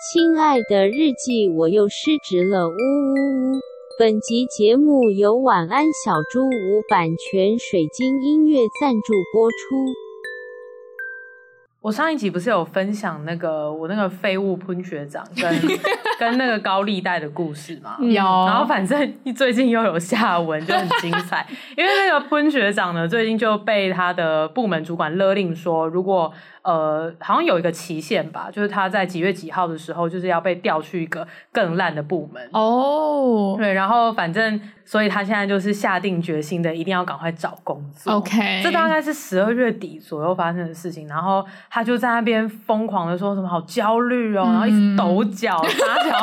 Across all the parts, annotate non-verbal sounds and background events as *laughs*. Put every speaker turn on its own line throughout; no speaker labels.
亲爱的日记，我又失职了，呜呜呜！本集节目由晚安小猪屋版权水晶音乐赞助播出。
我上一集不是有分享那个我那个废物喷学长跟跟那个高利贷的故事吗？
有
然后反正 *laughs* 最近又有下文，就很精彩。因为那个喷学长呢，最近就被他的部门主管勒令说，如果呃好像有一个期限吧，就是他在几月几号的时候，就是要被调去一个更烂的部门。
哦
对，然后反正，所以他现在就是下定决心的，一定要赶快找工作。
，OK，
这大概是十二月底左右发生的事情，然后他就在那边疯狂的说什么好焦虑哦，然后一直抖脚、撒脚，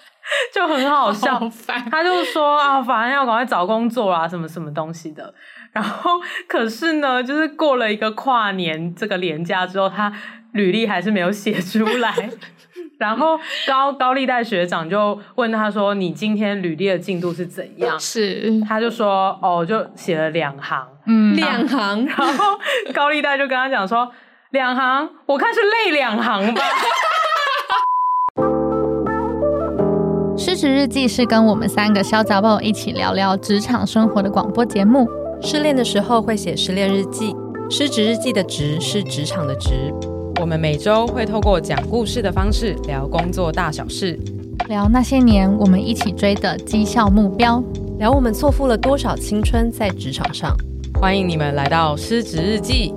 *laughs* 就很好笑。
好烦，
他就说啊，反正要赶快找工作啊，什么什么东西的。然后可是呢，就是过了一个跨年这个年假之后，他履历还是没有写出来。然后高高利贷学长就问他说：“你今天履历的进度是怎样
是？”
他就说：“哦，就写了两行。”
嗯，
两行，
然后高利贷就跟他讲说：“两行，我看是累两行吧。
失职日记是跟我们三个小杂宝一起聊聊职场生活的广播节目。
失恋的时候会写失恋日记，失职日记的职是职场的职。
我们每周会透过讲故事的方式聊工作大小事，
聊那些年我们一起追的绩效目标。
聊我们错付了多少青春在职场上。
欢迎你们来到《失职日记》。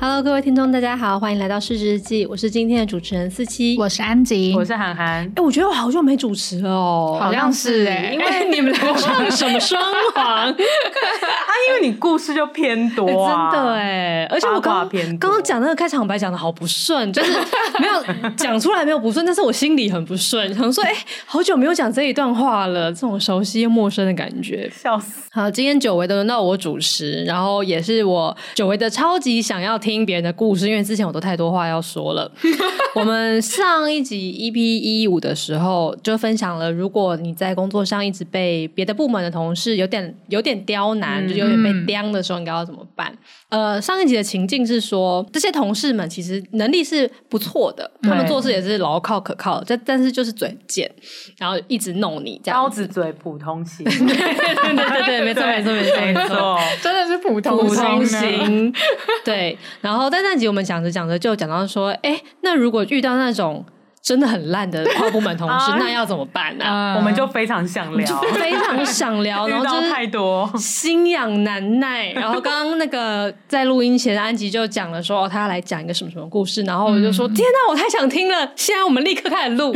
Hello，各位听众，大家好，欢迎来到失职日记，我是今天的主持人思琪。
我是安”吉
我，是韩寒
哎、，我觉得我好久没主持了哦，
好像是哎，
因为
*laughs*
你们两个，啊，
什么双 *laughs* 簧？
因为你故事就偏多、啊，
真的哎，而且我
八卦
刚
偏
刚
多
刚讲那个开场白讲的 *laughs* 好不顺，就是没有讲出来没有不顺，但是我心里很不顺，想说哎、好久没有讲这一段话了，这种熟悉又陌生的感觉。
笑死。
好，今天久违的轮到我主持，然后也是我久违的超级想要听别人的故事，因为之前我都太多话要说 *laughs* 了。我们上一集 EP 一五的时候就分享了，如果你在工作上一直被别的部门的同事有点有点刁难，
嗯
就是有点被刁的时候，你该要怎么办？呃，上一集的情境是说，这些同事们其实能力是不错的，他们
对
做事也是牢靠可靠的，但但是就是嘴很贱，然后一直弄你这样
刀
子。
子嘴普通 *laughs* 型，
哦对对对 *laughs* 对，没错没错没错
没
没错。
错，
真的是普通
普通
型呢，
型， *laughs* 对。然后但那集我们讲着讲着就讲到说，哎、那如果遇到那种真的很烂的跨部门同事，
啊
那要怎么办呢、啊？
嗯
我们就非常想 *laughs* 聊，
*laughs* 非常想聊，然
遇
后
到
就
太
是
多。
心痒难耐。然后刚刚那个在录音前，安吉就讲了说，哦，他要来讲一个什么什么故事，然后我就说，
嗯
天哪、我太想听了！现在我们立刻开始
*laughs*
录。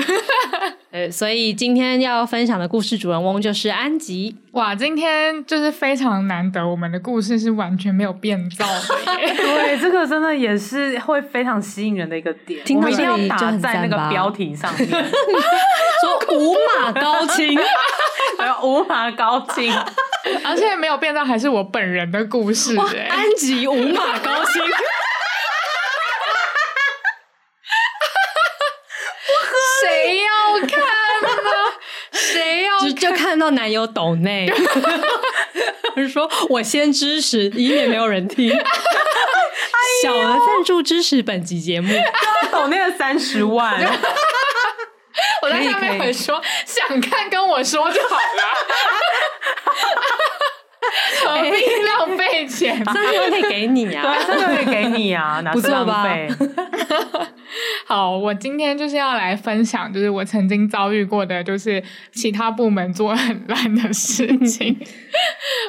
呃，所以今天要分享的故事主人翁就是安吉。
哇，今天就是非常难得，我们的故事是完全没有变造的 *laughs* 耶
对，这个真的也是会非常吸引人的一个点，
听
我
到
们一定
这
要
里就
打
很
在那
赞
个
吧
标题上面，
说五马高
*laughs*
清，
还有五马高进，
而且没有变造还是我本人的故事
哇，
哎，
安吉五马高清。
谁要看呢？谁哦要
就就看到男友抖 *laughs* 内，我说我先支持，以免没有人听。小额赞助支持本集节目，
抖那个三十万，
我在下
可以
面
可以
回说，想看跟我说就好 *laughs* 了，何必浪费钱？
三十万可以给你
对
啊！
啊，这个也给你
*laughs*
啊，哪
不
是
错
浪
吧
费？
好，我今天就是要来分享，就是我曾经遭遇过的，就是其他部门做很烂的事
*laughs*
情。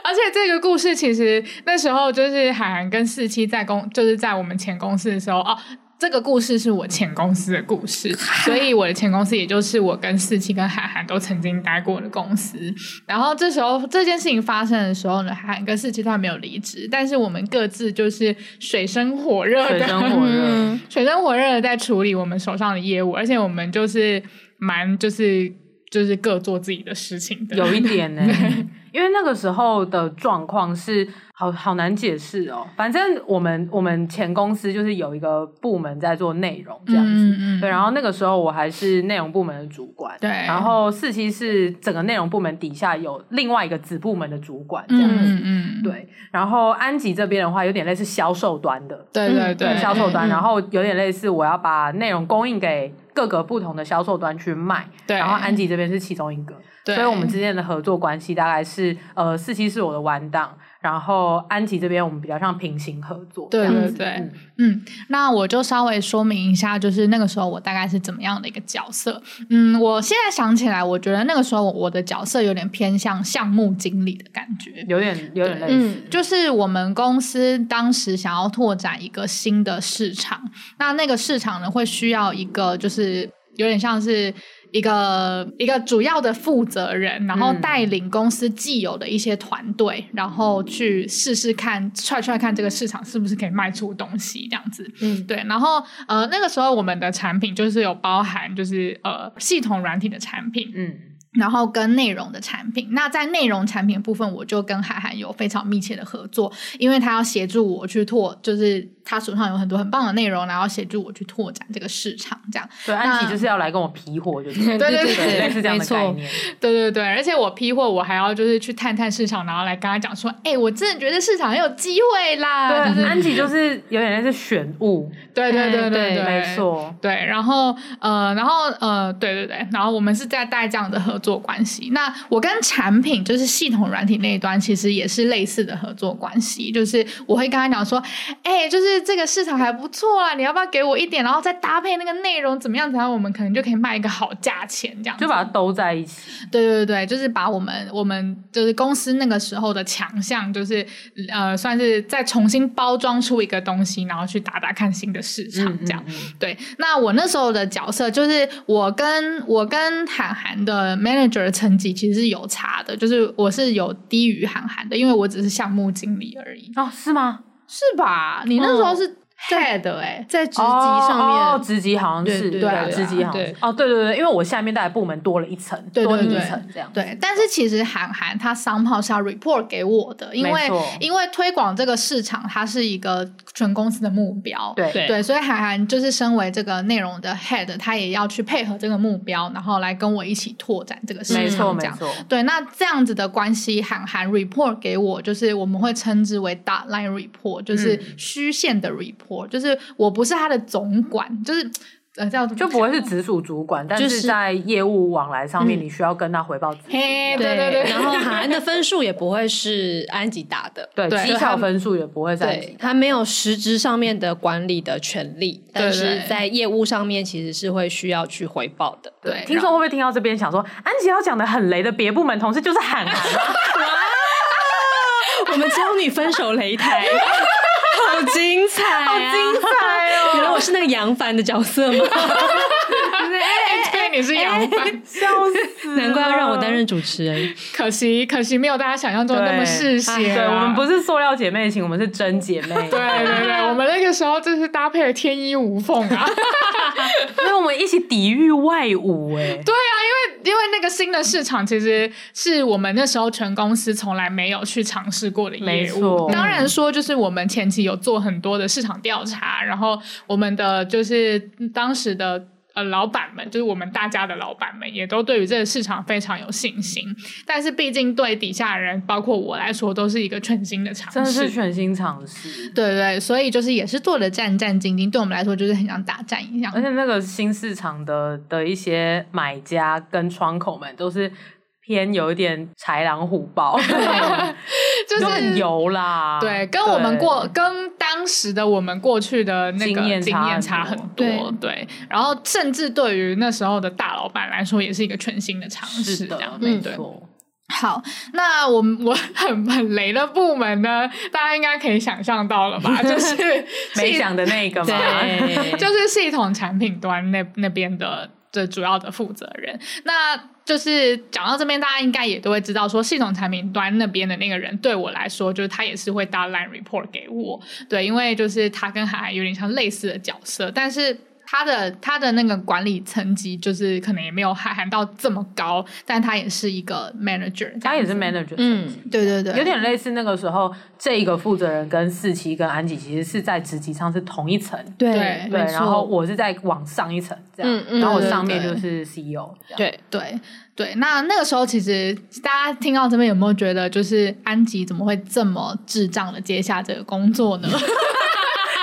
而且这个故事其实那时候就是海涵跟四七在公，就是在我们前公司的时候哦。这个故事是我前公司的
*laughs*
故事，所以我的前公司也就是我跟四七跟海涵都曾经待过的公司。然后这时候这件事情发生的时候呢，海涵跟四七都还没有离职，但是我们各自就是水深火热的
水深火热。
*laughs*
水深火热的在处理我们手上的业务，而且我们就是蛮就是就是各做自己的事情的。
有一点呢、因为那个时候的状况是好好难解释哦。反正我们我们前公司就是有一个部门在做内容这样子，
嗯嗯，
对。然后那个时候我还是内容部门的主管，
对
然后四期是整个内容部门底下有另外一个子部门的主管这
嗯
样子，
嗯嗯，
对。然后安吉这边的话，有点类似销售端的，
对对
对
对，
销售端，
嗯
然后有点类似我要把内容供应给各个不同的销售端去卖，
对
然后安吉这边是其中一个，
对
所以我们之间的合作关系大概是呃四期是我的玩档，然后安吉这边我们比较像平行合作，
对
这样
对
子
对，
嗯
嗯，那我就稍微说明一下，就是那个时候我大概是怎么样的一个角色。嗯，我现在想起来，我觉得那个时候我的角色有点偏向项目经理的感觉。
有点有点类似，
嗯，
就是我们公司当时想要拓展一个新的市场，那那个市场呢会需要一个就是有点像是一个一个主要的负责人，然后
嗯
带领公司既有的一些团队，然后去试试看踹踹看这个市场是不是可以卖出东西这样子。
嗯，
对，然后呃，那个时候我们的产品就是有包含就是呃系统软体的产品，
嗯
然后跟内容的产品。那在内容产品部分，我就跟海涵有非常密切的合作，因为他要协助我去拓，就是他手上有很多很棒的内容，然后协助我去拓展这个市场，这样。
对，安吉
那
就是要来跟我皮火，就是
对
对对
对，类
对
似这样的概
没错，
念，
对对对，而且我批货，我还要就是去探探市场，然后来跟他讲说，哎、我真的觉得市场很有机会啦，就
对，
是
安吉就是有点类似选物，
对对对对
哎对
对，
没错，
对，然后呃，然后呃，对对对，然后我们是在带这样的合作关系。那我跟产品就是系统软体那一端，其实也是类似的合作关系，就是我会跟他讲说，哎、就是这个市场还不错啊，你要不要给我一点，然后再搭配那个内容怎么样，怎么样，我们可能就可以卖一个好价钱这样子。
就把它兜在一起。
对对对，就是把我们我们就是公司那个时候的强项，就是呃，算是再重新包装出一个东西，然后去打打看新的市
嗯
场这样。对，那我那时候的角色就是我跟我跟韩寒的 manager 的层级其实是有差的，就是我是有低于韩寒的，因为我只是项目经理而已，嗯
哦，是吗？
是吧？你那时候是 head 哎、
在职级上面，
欸哦，哦职级好像是
对对
对
职级好像是
对
哦，对对对，因为我下面大概部门多了一层，
对对
多你一
对
层这样。
对，但是其实韩寒他 somehow 是要 report 给我的，因为
没错
因为推广这个市场，它是一个全公司的目标，
对
对
对，所以涵涵就是身为这个内容的 head，他也要去配合这个目标，然后来跟我一起拓展这个市
没错
场，这
没
样。
错，
对，那这样子的关系，涵涵 report 给我，就是我们会称之为 dot line report，就是
嗯
虚线的 report，、就是我不是他的总管，就是呃叫
就不会是直属主管，但
嗯就是
是在业务往来上面，
嗯
你需要跟他回报自己。
*laughs* 嘿，对
对
对对，
然后海安的分数也不会是安吉打的，
对，
对
绩效分数也不会在
对，他没有实质上面的管理的权利，但是在业务上面其实是会需要去回报的。
对
听众会不会听到这边想说，安琪要讲的很雷的别部门同事就是喊喊
*laughs*
啊，
我们教你分手擂台， *laughs* 好精彩、啊，
精彩哦！
原来我是那个杨凡的角色吗？ *laughs*
对你
哎
是
*laughs*
杨帆，
笑死了，
难怪要让我担任主持人。
可惜可惜没有大家想象中的那么
对哎
嗜血、啊
对
啊
我们不。是塑料姐妹情，我们是真姐妹。
对
*laughs*
*laughs*
对对，我们那个时候就是搭配了天衣无缝啊！
因为我们一起抵御外侮哎、
对啊，因为因为那个新的市场其实是我们那时候全公司从来没有去尝试过的
没
业务。
错
当然说，就是我们前期有做很多的市场调查，然后我们的就是当时的。呃，老板们就是我们大家的老板们，也都对于这个市场非常有信心。但是，毕竟对底下人，包括我来说，都是一个全新的尝试，
真的是全新尝试。
对对，所以就是也是做的战战兢兢，对我们来说就是很像打战一样
*laughs* 而。且那个新市场的的一些买家跟窗口们都是偏有一点豺狼虎豹， *laughs*
就是
就很油啦。
对，跟我们过跟当时的我们过去的那个
经验
经
差
验
很
差很
多
多，对。然后甚至对于那时候的大老板来说，也是一个全新的嗯尝试，
是
这
的
样，
没
对。
错。
好，那我们我很 *laughs* 很雷的部门呢，大家应该可以想象到了
*laughs*
吧？就是
没
系
想的那个嘛，
对，
就是系统产品端那那边的的主要的负责人。那就是讲到这边，大家应该也都会知道，说系统产品端那边的那个人，对我来说，就是他也是会搭 line report 给我，对，因为就是他跟韩寒有点像类似的角色，但是。他的他的那个管理层级就是可能也没有喊喊到这么高，但他也是一个 manager，这样
他也是 manager，
嗯，
对对对，
有点类似那个时候，这一个负责人跟四期跟安吉其实是在职级上是同一层，
对
对
对，
没错
然后我是在往上一层这样，
嗯嗯
然后我
对对
上面
对
就是 CEO，这样
*laughs*
对，
对对，那那个时候其实大家听到这边有没有觉得，就是安吉怎么会这么智障的接下这个工作呢？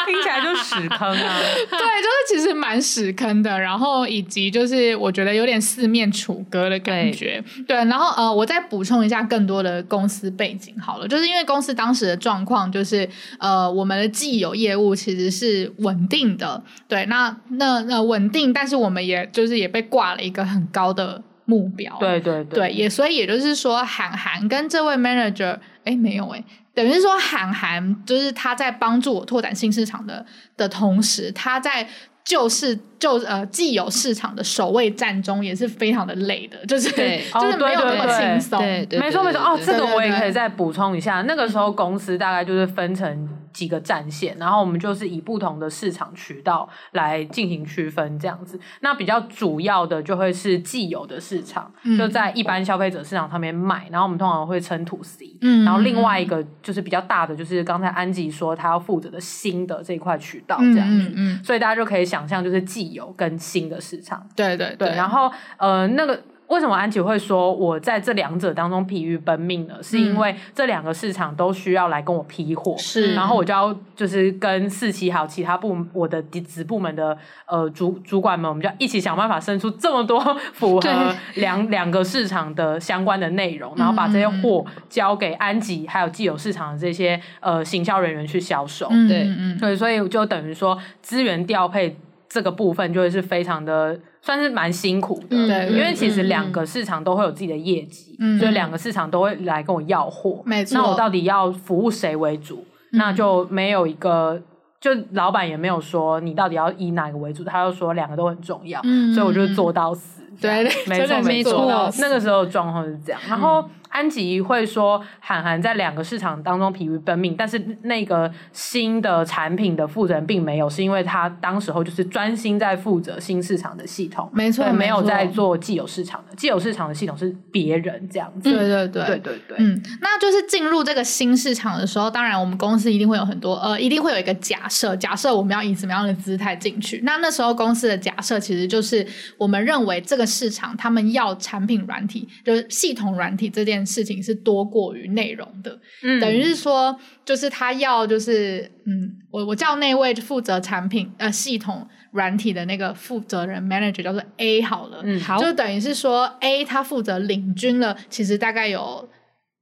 听起来就屎坑啊，
对，就是其实蛮屎坑的，然后以及就是我觉得有点四面楚歌的感觉。对，然后呃，我再补充一下更多的公司背景好了，就是因为公司当时的状况就是呃，我们的既有业务其实是稳定的，对，那那那稳定，但是我们也就是也被挂了一个很高的目标，
*laughs* 对对
对，也所以也就是说，韩寒跟这位 manager，哎，没有哎，等于是说韩寒就是他在帮助我拓展新市场的的同时，他在旧市旧呃既有市场的守卫战中也是非常的累的，就是
对
就是
哦
没有
对
那
对
么
对
轻松，
对对，
没错没错哦，这
对
个
对
我也
对
可以再补充一下。那个时候公司大概就是分成几个战线，然后我们就是以不同的市场渠道来进行区分，这样子。那比较主要的就会是既有的市场，
嗯
就在一般消费者市场上面卖，然后我们通常会称 to C。
嗯
然后另外一个就是比较大的，就是刚才安吉说他要负责的新的这一块渠道
嗯
这样子。
嗯嗯，
所以大家就可以想象，就是既有跟新的市场。
对对
对，然后呃，那个为什么安琪会说我在这两者当中疲于奔命呢？是因为这两个市场都需要来跟我批货，嗯
是，
然后我就要就是跟四期还有其他部我的子部门的呃主主管们，我们就要一起想办法生出这么多符合两两个市场的相关的内容，然后把这些货交给安吉还有既有市场的这些呃行销人员去销售。
嗯
对
嗯
*laughs*
嗯
对，所以就等于说资源调配这个部分就会是非常的，算是蛮辛苦的。
嗯
对
因为其实
嗯嗯
两个市场都会有自己的业绩，
嗯
所以两个市场都会来跟我要货。
没错嗯
那我到底要服务谁为主？那就没有一个，就老板也没有说你到底要以哪个为主，他就说两个都很重要，
嗯
所以我就做到死。
对
没
真的
错
是
没
做
错
到，嗯
那个时候的状况是这样。然后安吉会说，韩寒在两个市场当中疲于奔命，但是那个新的产品的负责人并没有，是因为他当时候就是专心在负责新市场的系统，
没错
对，没有
没错
在做既有市场的，既有市场的系统是别人这样子。
对对对
对对对，
嗯，那就是进入这个新市场的时候，当然我们公司一定会有很多呃，一定会有一个假设，假设我们要以什么样的姿态进去。那那时候公司的假设其实就是我们认为这个市场他们要产品软体，就是系统软体这件事情是多过于内容的，
嗯
等于是说就是他要就是嗯，我我叫那位负责产品呃系统软体的那个负责人 manager 叫做 A 好了，
嗯
好，
就等于是说 A 他负责领军了，其实大概有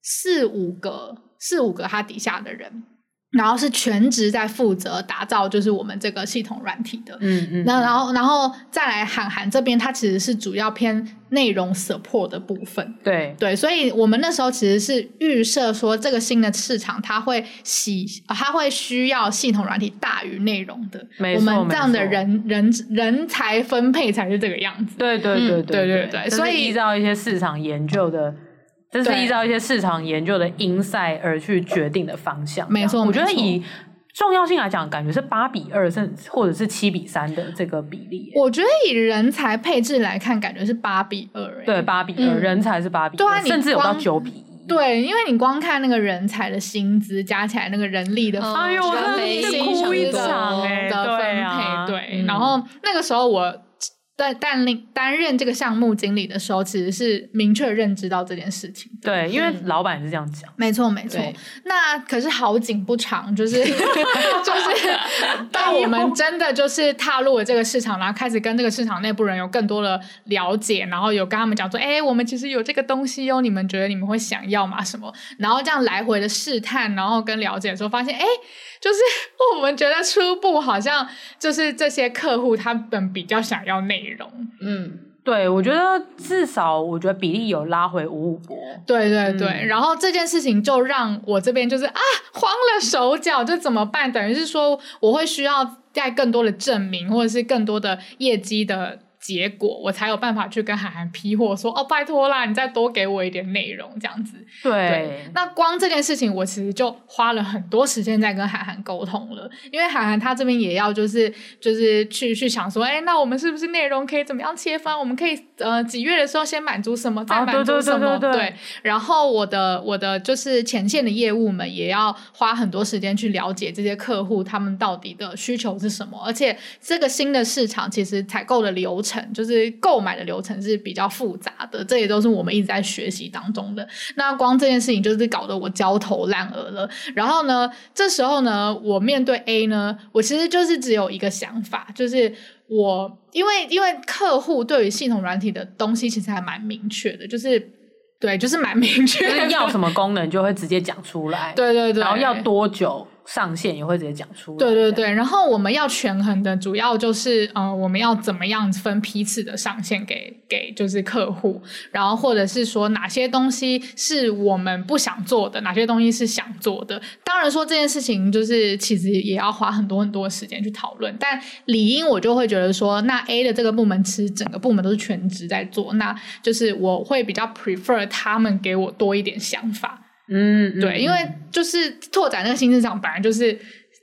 四五个四五个他底下的人，然后是全职在负责打造就是我们这个系统软体的。
嗯嗯，
那然后，然后再来韩寒这边，他其实是主要偏内容 support 的部分，
对
对，所以我们那时候其实是预设说，这个新的市场它会喜，呃它会需要系统软体大于内容的。
没
我
错
们这样的
没错
人人人才分配才是这个样子。
对对对
嗯
对对
对
对
这是
所以
依照一些市场研究的。这是
对
依照一些市场研究的 insight 而去决定的方向，
没错
这样我觉得
没错
以重要性来讲，感觉是八比二，甚至或者是七比三的这个比例耶。
我觉得以人才配置来看，感觉是八比二、欸。
对，八比二，
嗯
人才是八比
对啊
二，
你
甚至有到
光
九比一。
对，因为你光看那个人才的薪资加起来，那个人力的分、
嗯
哎呦，我真
非
的是
常
哭一
多
场哎，
的分
对
配。
啊，
对
嗯
然后那个时候我在担任担任这个项目经理的时候，其实是明确认知到这件事情。
对，因为老板也是这样讲，
没错，没错
对。
那可是好景不长，就是就是，当我们真的就是踏入了这个市场，然后开始跟这个市场内部人有更多的了解，然后有跟他们讲说，哎、我们其实有这个东西哦，你们觉得你们会想要吗？什么？然后这样来回的试探，然后跟了解的时候，发现，哎、就是我们觉得初步好像就是这些客户他们比较想要内容，
嗯，
对我觉得至少我觉得比例有拉回五五波，
对对对，
嗯
然后这件事情就让我这边就是啊慌了手脚，这怎么办？等于是说我会需要在更多的证明，或者是更多的业绩的结果，我才有办法去跟韩寒批货说哦，拜托啦，你再多给我一点内容这样子。
对，
那光这件事情，我其实就花了很多时间在跟韩寒沟通了，因为韩寒他这边也要就是就是去去想说，哎、那我们是不是内容可以怎么样切分？我们可以呃几月的时候先满足什么，再
哦
满足
对对对
什么？
对对
然后我的我的就是前线的业务们也要花很多时间去了解这些客户他们到底的需求是什么，而且这个新的市场其实采购的流程就是购买的流程是比较复杂的，这也都是我们一直在学习当中的。那光这件事情就是搞得我焦头烂额了。然后呢，这时候呢，我面对 A 呢，我其实就是只有一个想法，就是我因为因为客户对于系统软体的东西其实还蛮明确的，就是对，就是蛮明
*laughs*
确
就
的，
是要什么功能就会直接讲出来，
*laughs* 对对
*laughs*
对，
然后要多久上线也会直接讲出来，
对对
这样，
对，然后我们要权衡的主要就是，呃，我们要怎么样分批次的上线给给就是客户，然后或者是说哪些东西是我们不想做的，哪些东西是想做的。当然说这件事情就是其实也要花很多很多的时间去讨论，但理应我就会觉得说，那 A 的这个部门其实整个部门都是全职在做，那就是我会比较 prefer 他们给我多一点想法。
嗯，嗯
对，因为就是拓展那个新市场本来就是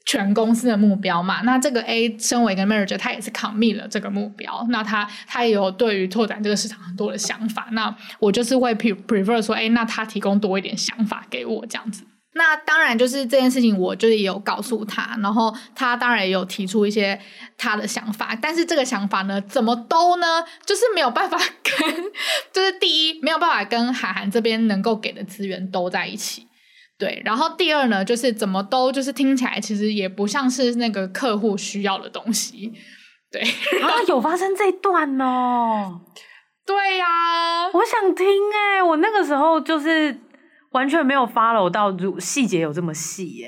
全公司的目标嘛。那这个 A 身为一个 manager，他也是 commit 了这个目标，那他他也有对于拓展这个市场很多的想法。那我就是会 pre- prefer 说，哎，那他提供多一点想法给我这样子。那当然，就是这件事情，我就是也有告诉他，然后他当然也有提出一些他的想法，但是这个想法呢，怎么兜呢？就是没有办法跟， *laughs* 就是第一没有办法跟韩寒这边能够给的资源兜在一起，对，然后第二呢，就是怎么都就是听起来其实也不像是那个客户需要的东西。
啊，有发生这一段
*laughs*
哦，
对呀、
我想听哎、我那个时候就是完全没有 follow 到如细节有这么细欸耶、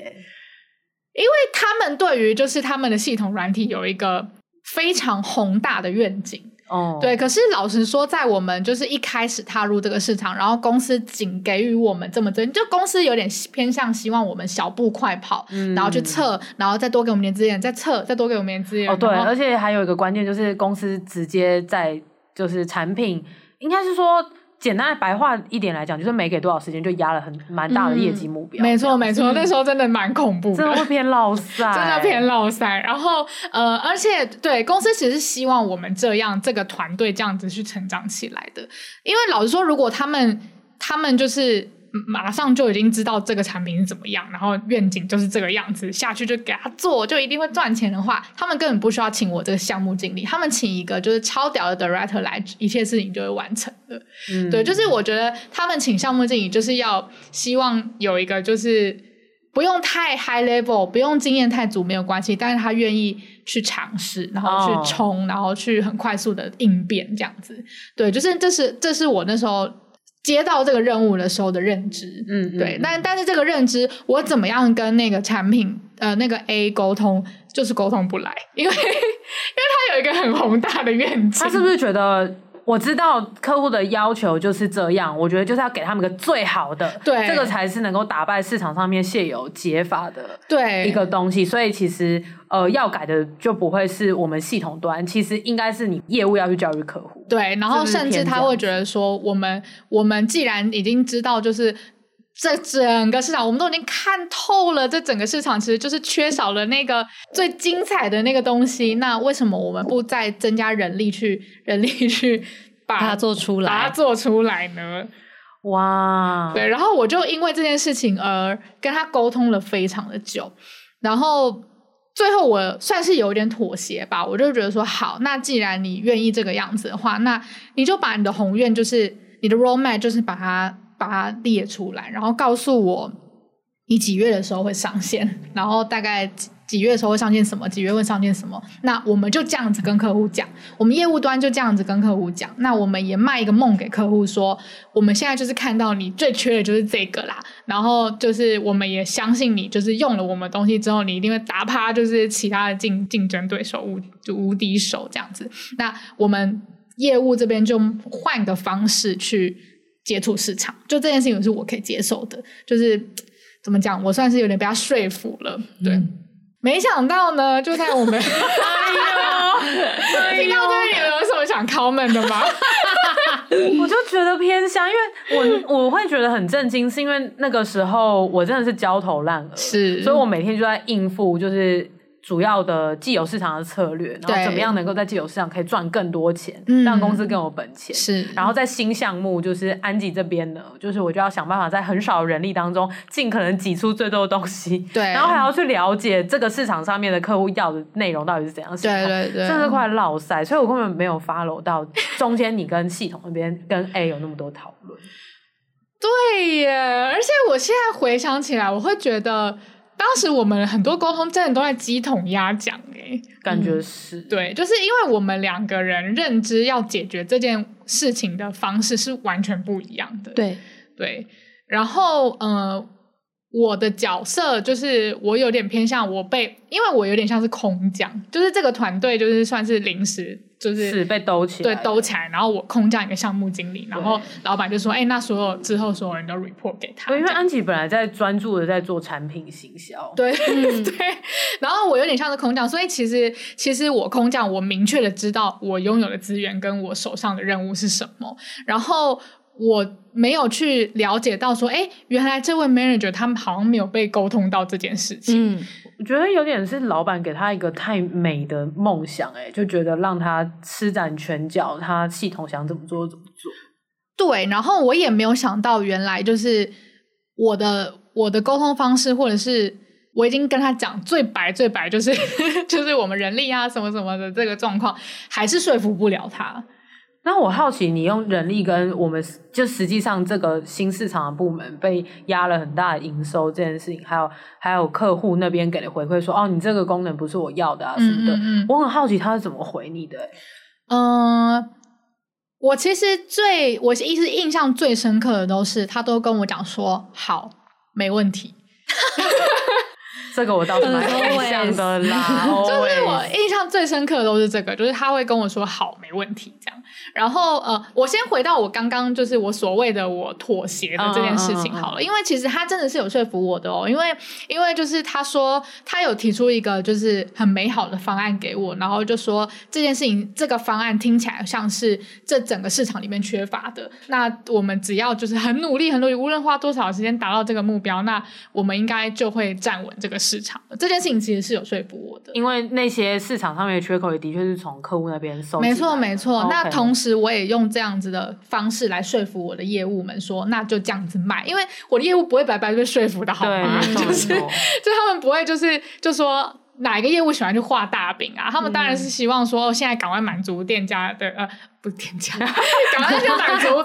因为他们对于就是他们的系统软体有一个非常宏大的愿景。
哦，
对，可是老实说，在我们就是一开始踏入这个市场，然后公司仅给予我们这么多，就公司有点偏向希望我们小步快跑，
嗯
然后去测，然后再多给我们点资源，再测，再多给我们点资源。
哦，对，
然后
而且还有一个关键就是公司直接在就是产品，应该是说简单的白话一点来讲，就是没给多少时间就压了很蛮大的业绩目标，
嗯没错没错，
嗯
那时候真的蛮恐怖的，
真的会偏落散，
*laughs* 真的偏老三。然后呃，而且对公司其实是希望我们这样这个团队这样子去成长起来的，因为老实说，如果他们他们就是。嗯马上就已经知道这个产品是怎么样，然后愿景就是这个样子，下去就给他做，就一定会赚钱的话，他们根本不需要请我这个项目经理，他们请一个就是超屌的 director 来，一切事情就会完成的。
嗯
对，就是我觉得他们请项目经理就是要希望有一个就是不用太 high level，不用经验太足没有关系，但是他愿意去尝试，然后
哦
去冲，然后去很快速的应变这样子。对，就是这是这是我那时候接到这个任务的时候的认知。
嗯，嗯
对，但但是这个认知，我怎么样跟那个产品呃那个 A 沟通，就是沟通不来，因为 *laughs* 因为他有一个很宏大的愿景，
*laughs* 他是不是觉得？我知道客户的要求就是这样，我觉得就是要给他们个最好的，
对
这个才是能够打败市场上面现有解法的
对
一个东西。所以其实呃，要改的就不会是我们系统端，其实应该是你业务要去教育客户。
对，然后
是不是
甚至
偏
他
这样
会觉得说，我们我们既然已经知道，就是这整个市场，我们都已经看透了，这整个市场其实就是缺少了那个最精彩的那个东西。那为什么我们不再增加人力去人力去把
把它做出
把它
来，
做出来呢？
哇，
对，然后我就因为这件事情而跟他沟通了非常的久，然后最后我算是有点妥协吧，我就觉得说好，那既然你愿意这个样子的话，那你就把你的宏愿，就是你的 roadmap，就是把它把它列出来，然后告诉我你几月的时候会上线，然后大概几几月的时候会上线什么，几月会上线什么，那我们就这样子跟客户讲，我们业务端就这样子跟客户讲，那我们也卖一个梦给客户说，我们现在就是看到你最缺的就是这个啦，然后就是我们也相信你，就是用了我们东西之后，你一定会打趴就是其他的竞竞争对手无就无敌手这样子。那我们业务这边就换个方式去接触市场，就这件事情是我可以接受的，就是怎么讲，我算是有点被他说服了，对。没想到呢，就在我们，哎呦，听到这边你们有什么想豪们的吧？
我就觉得偏乡，因为我我会觉得很震惊，是因为那个时候我真的是焦头烂额，
是
所以我每天就在应付就是主要的既有市场的策略，然后
对
怎么样能够在既有市场可以赚更多钱，
嗯
让公司更有本钱。
是，
然后在新项目，就是安吉这边呢，就是我就要想办法在很少人力当中，尽可能挤出最多的东西，
对，
然后还要去了解这个市场上面的客户要的内容到底是怎样的市场。
对对对，
真的快落塞，所以我根本没有 follow 到中间你跟系统那边跟 A 有那么多讨论。
对耶！而且我现在回想起来，我会觉得当时我们很多沟通真的都在鸡同鸭讲哎。
感觉是、
对，就是因为我们两个人认知要解决这件事情的方式是完全不一样的。
对，
对，然后呃，我的角色就是我有点偏向我被，因为我有点像是空降，就是这个团队就是算是临时，就是
是被兜起来
对
了，
兜起来，然后我空降一个项目经理，然后老板就说，哎、那所有之后所有人都 report 给他，
对，因为
这样
安琪本来在专注的在做产品行销，
*laughs* 对、 *laughs* 对，然后我有点像是空降，所以其实其实我空降，我明确的知道我拥有的资源跟我手上的任务是什么，然后我没有去了解到说，哎，原来这位 manager 他们好像没有被沟通到这件事情，
嗯，
我觉得有点是老板给他一个太美的梦想、哎，就觉得让他施展拳脚，他系统想怎么做就怎么做。
对，然后我也没有想到原来就是我的我的沟通方式或者是。我已经跟他讲最白最白，就是 *laughs* 就是我们人力啊什么什么的这个状况，还是说服不了他。
那我好奇，你用人力跟我们就实际上这个新市场的部门被压了很大的营收这件事情，还有还有客户那边给的回馈说，哦，你这个功能不是我要的啊什么的，
嗯嗯嗯
我很好奇他是怎么回你的、哎
嗯，我其实最我一直印象最深刻的都是他都跟我讲说好，没问题。
这个我倒是蛮印象的啦，
*laughs* 就是我
always
印象最深刻的都是这个，就是他会跟我说好，没问题这样。然后呃，我先回到我刚刚就是我所谓的我妥协的这件事情好了，因为其实他真的是有说服我的哦，因为因为就是他说他有提出一个就是很美好的方案给我，然后就说这件事情这个方案听起来像是这整个市场里面缺乏的，那我们只要就是很努力很努力，无论花多少时间达到这个目标，那我们应该就会站稳这个市场了。这件事情其实是有说服我的。
因为那些市场上面的缺口也的确是从客户那边收集
没错，
来的
没错。那
OK
同时，我也用这样子的方式来说服我的业务们说，那就这样子卖，因为我的业务不会白白被说服的，好
对，
吗？ *laughs*
没错
就
没
是
*laughs*
错。
就他们不会就是就说哪一个业务喜欢去画大饼啊？他们当然
嗯
是希望说、哦现在赶快满足店家的呃，不是店家， *laughs* 赶快先满足客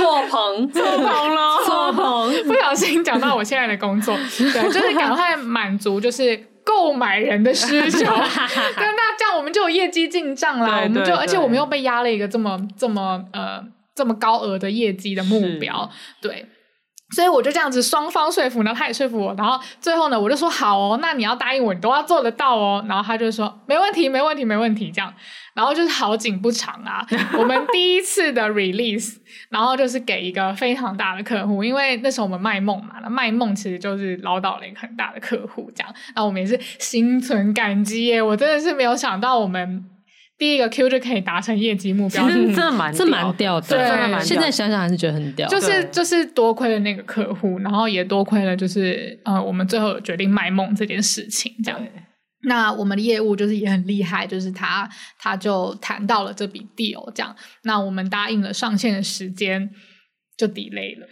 户。
错 *laughs* 棚，错棚喽，错棚，
*laughs* 不小心讲到我现在的工
*laughs*
作，对，就是赶快满足就是。购买人的需
*laughs*
求，对，那这样我们就有业绩进账啦，
对
我们就
对
而且
对
我们又被压了一个这么这么呃这么高额的业绩的目
是
标，对，所以我就这样子双方说服，然后他也说服我，然后最后呢，我就说好哦，那你要答应我，你都要做得到哦。然后他就说没问题，没问题，没问题，这样。然后就是好景不长啊，我们第一次的 release，然 *laughs* 后就是给一个非常大的客户，因为那时候我们卖梦嘛，那卖梦其实就是捞到了一个很大的客户，这样。那我们也是心存感激耶，我真的是没有想到我们第一个 Q 就可以达成业绩目
其
标，
实真的蛮
嗯这蛮
屌
屌的，
对
真的蛮屌
现在想想还是觉得很屌，
就是
对
就是多亏了那个客户，然后也多亏了就是呃，我们最后有决定卖梦这件事情，这样。那我们的业务就是也很厉害，就是他他就谈到了这笔 deal，这样。那我们答应了上线的时间，就 delay 了，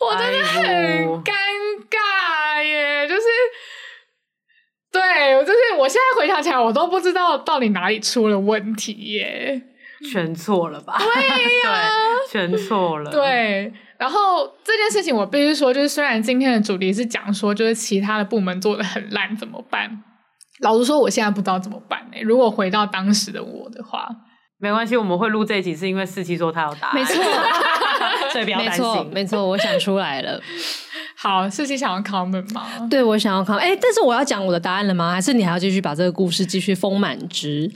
我真的很
哎呦
尴尬耶，就是。对，我就是我现在回想起来，我都不知道到底哪里出了问题耶。
选错了吧？对呀、选错了。，
对，然后这件事情我必须说，就是虽然今天的主题是讲说，就是其他的部门做的很烂怎么办？老实说，我现在不知道怎么办呢、如果回到当时的我的话，
没关系，我们会录这一集是因为四七说他有答案，
没错，
所以不要
没
担
错，
心。
没错，我想出来了。
好，是你想要 comment 吗？
对，我想要看。哎、但是我要讲我的答案了吗？还是你还要继续把这个故事继续丰满值？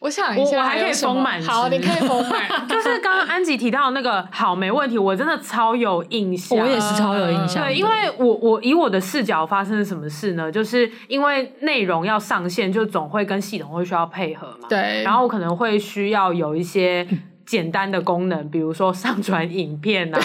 我想一
我
下，
我还可以
有什么
丰满汁。
好，你可以丰满
*laughs* 就是刚刚安吉提到的那个好没问题，我真的超有印象。
我也是超有印象的。
对，因为我我以我的视角发生了什么事呢？就是因为内容要上线，就总会跟系统会需要配合嘛。
对，
然后我可能会需要有一些简单的功能，比如说上传影
*laughs*
片啊，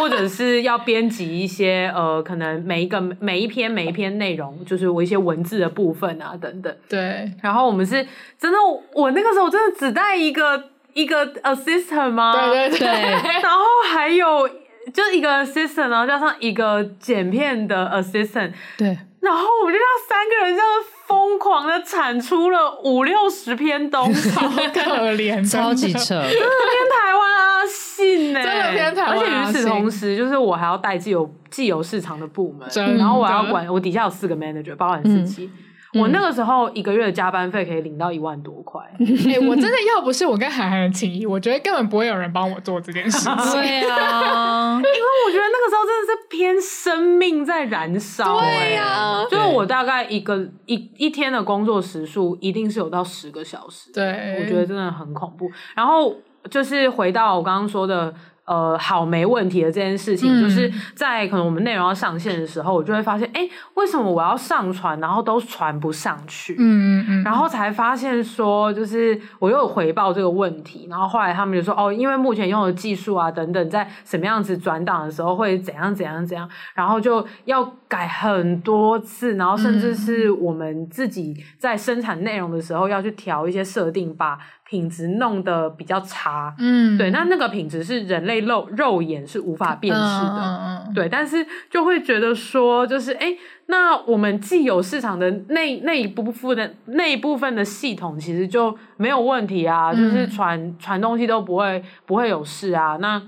或者是要编辑一些呃，可能每一个每一篇每一篇内容，就是我一些文字的部分啊等等。
对，
然后我们是真的，我那个时候真的只带一个一个呃啊 assistant 吗？
对对对，
对，
*laughs* 然后还有就是一个 assistant，然后加上一个剪片的 assistant，
对，
然后我们就让三个人这样疯狂的产出了五六十篇东
*laughs*
西，
好可
*laughs*
怜，真的
超级。扯，
偏台湾阿信呢、
真的偏台湾阿
而且与
信
此同时，就是我还要带既有既有市场的部门
真的，
然后我要管我底下有四个 manager，包含自己。
嗯
我那个时候一个月的加班费可以领到一万多块，
哎、我真的要不是我跟韩寒的情谊，我觉得根本不会有人帮我做
*laughs*
这件事情。
对啊，
我觉得那个时候真的是偏生命在燃烧、哎
对呀
就是我大概一个一一天的工作时数一定是有到十个小时，
对，嗯
我觉得真的很恐怖。然后就是回到我刚刚说的，呃，好没问题的这件事情，
嗯
就是在可能我们内容要上线的时候，我就会发现，哎，为什么我要上传，然后都传不上去？
嗯嗯嗯，
然后才发现说，就是我又有回报这个问题，然后后来他们就说，哦，因为目前用的技术啊等等，在什么样子转档的时候会怎样怎样怎样，然后就要改很多次，然后甚
嗯
至是我们自己在生产内容的时候要去调一些设定，把品质弄得比较差。
嗯，
对，那那个品质是人类肉肉眼是无法辨识的。
嗯嗯嗯
对，但是就会觉得说，就是哎，诶那我们既有市场的那那一部分的那一部分的系统，其实就没有问题啊，就是
嗯
传传东西都不会不会有事啊。那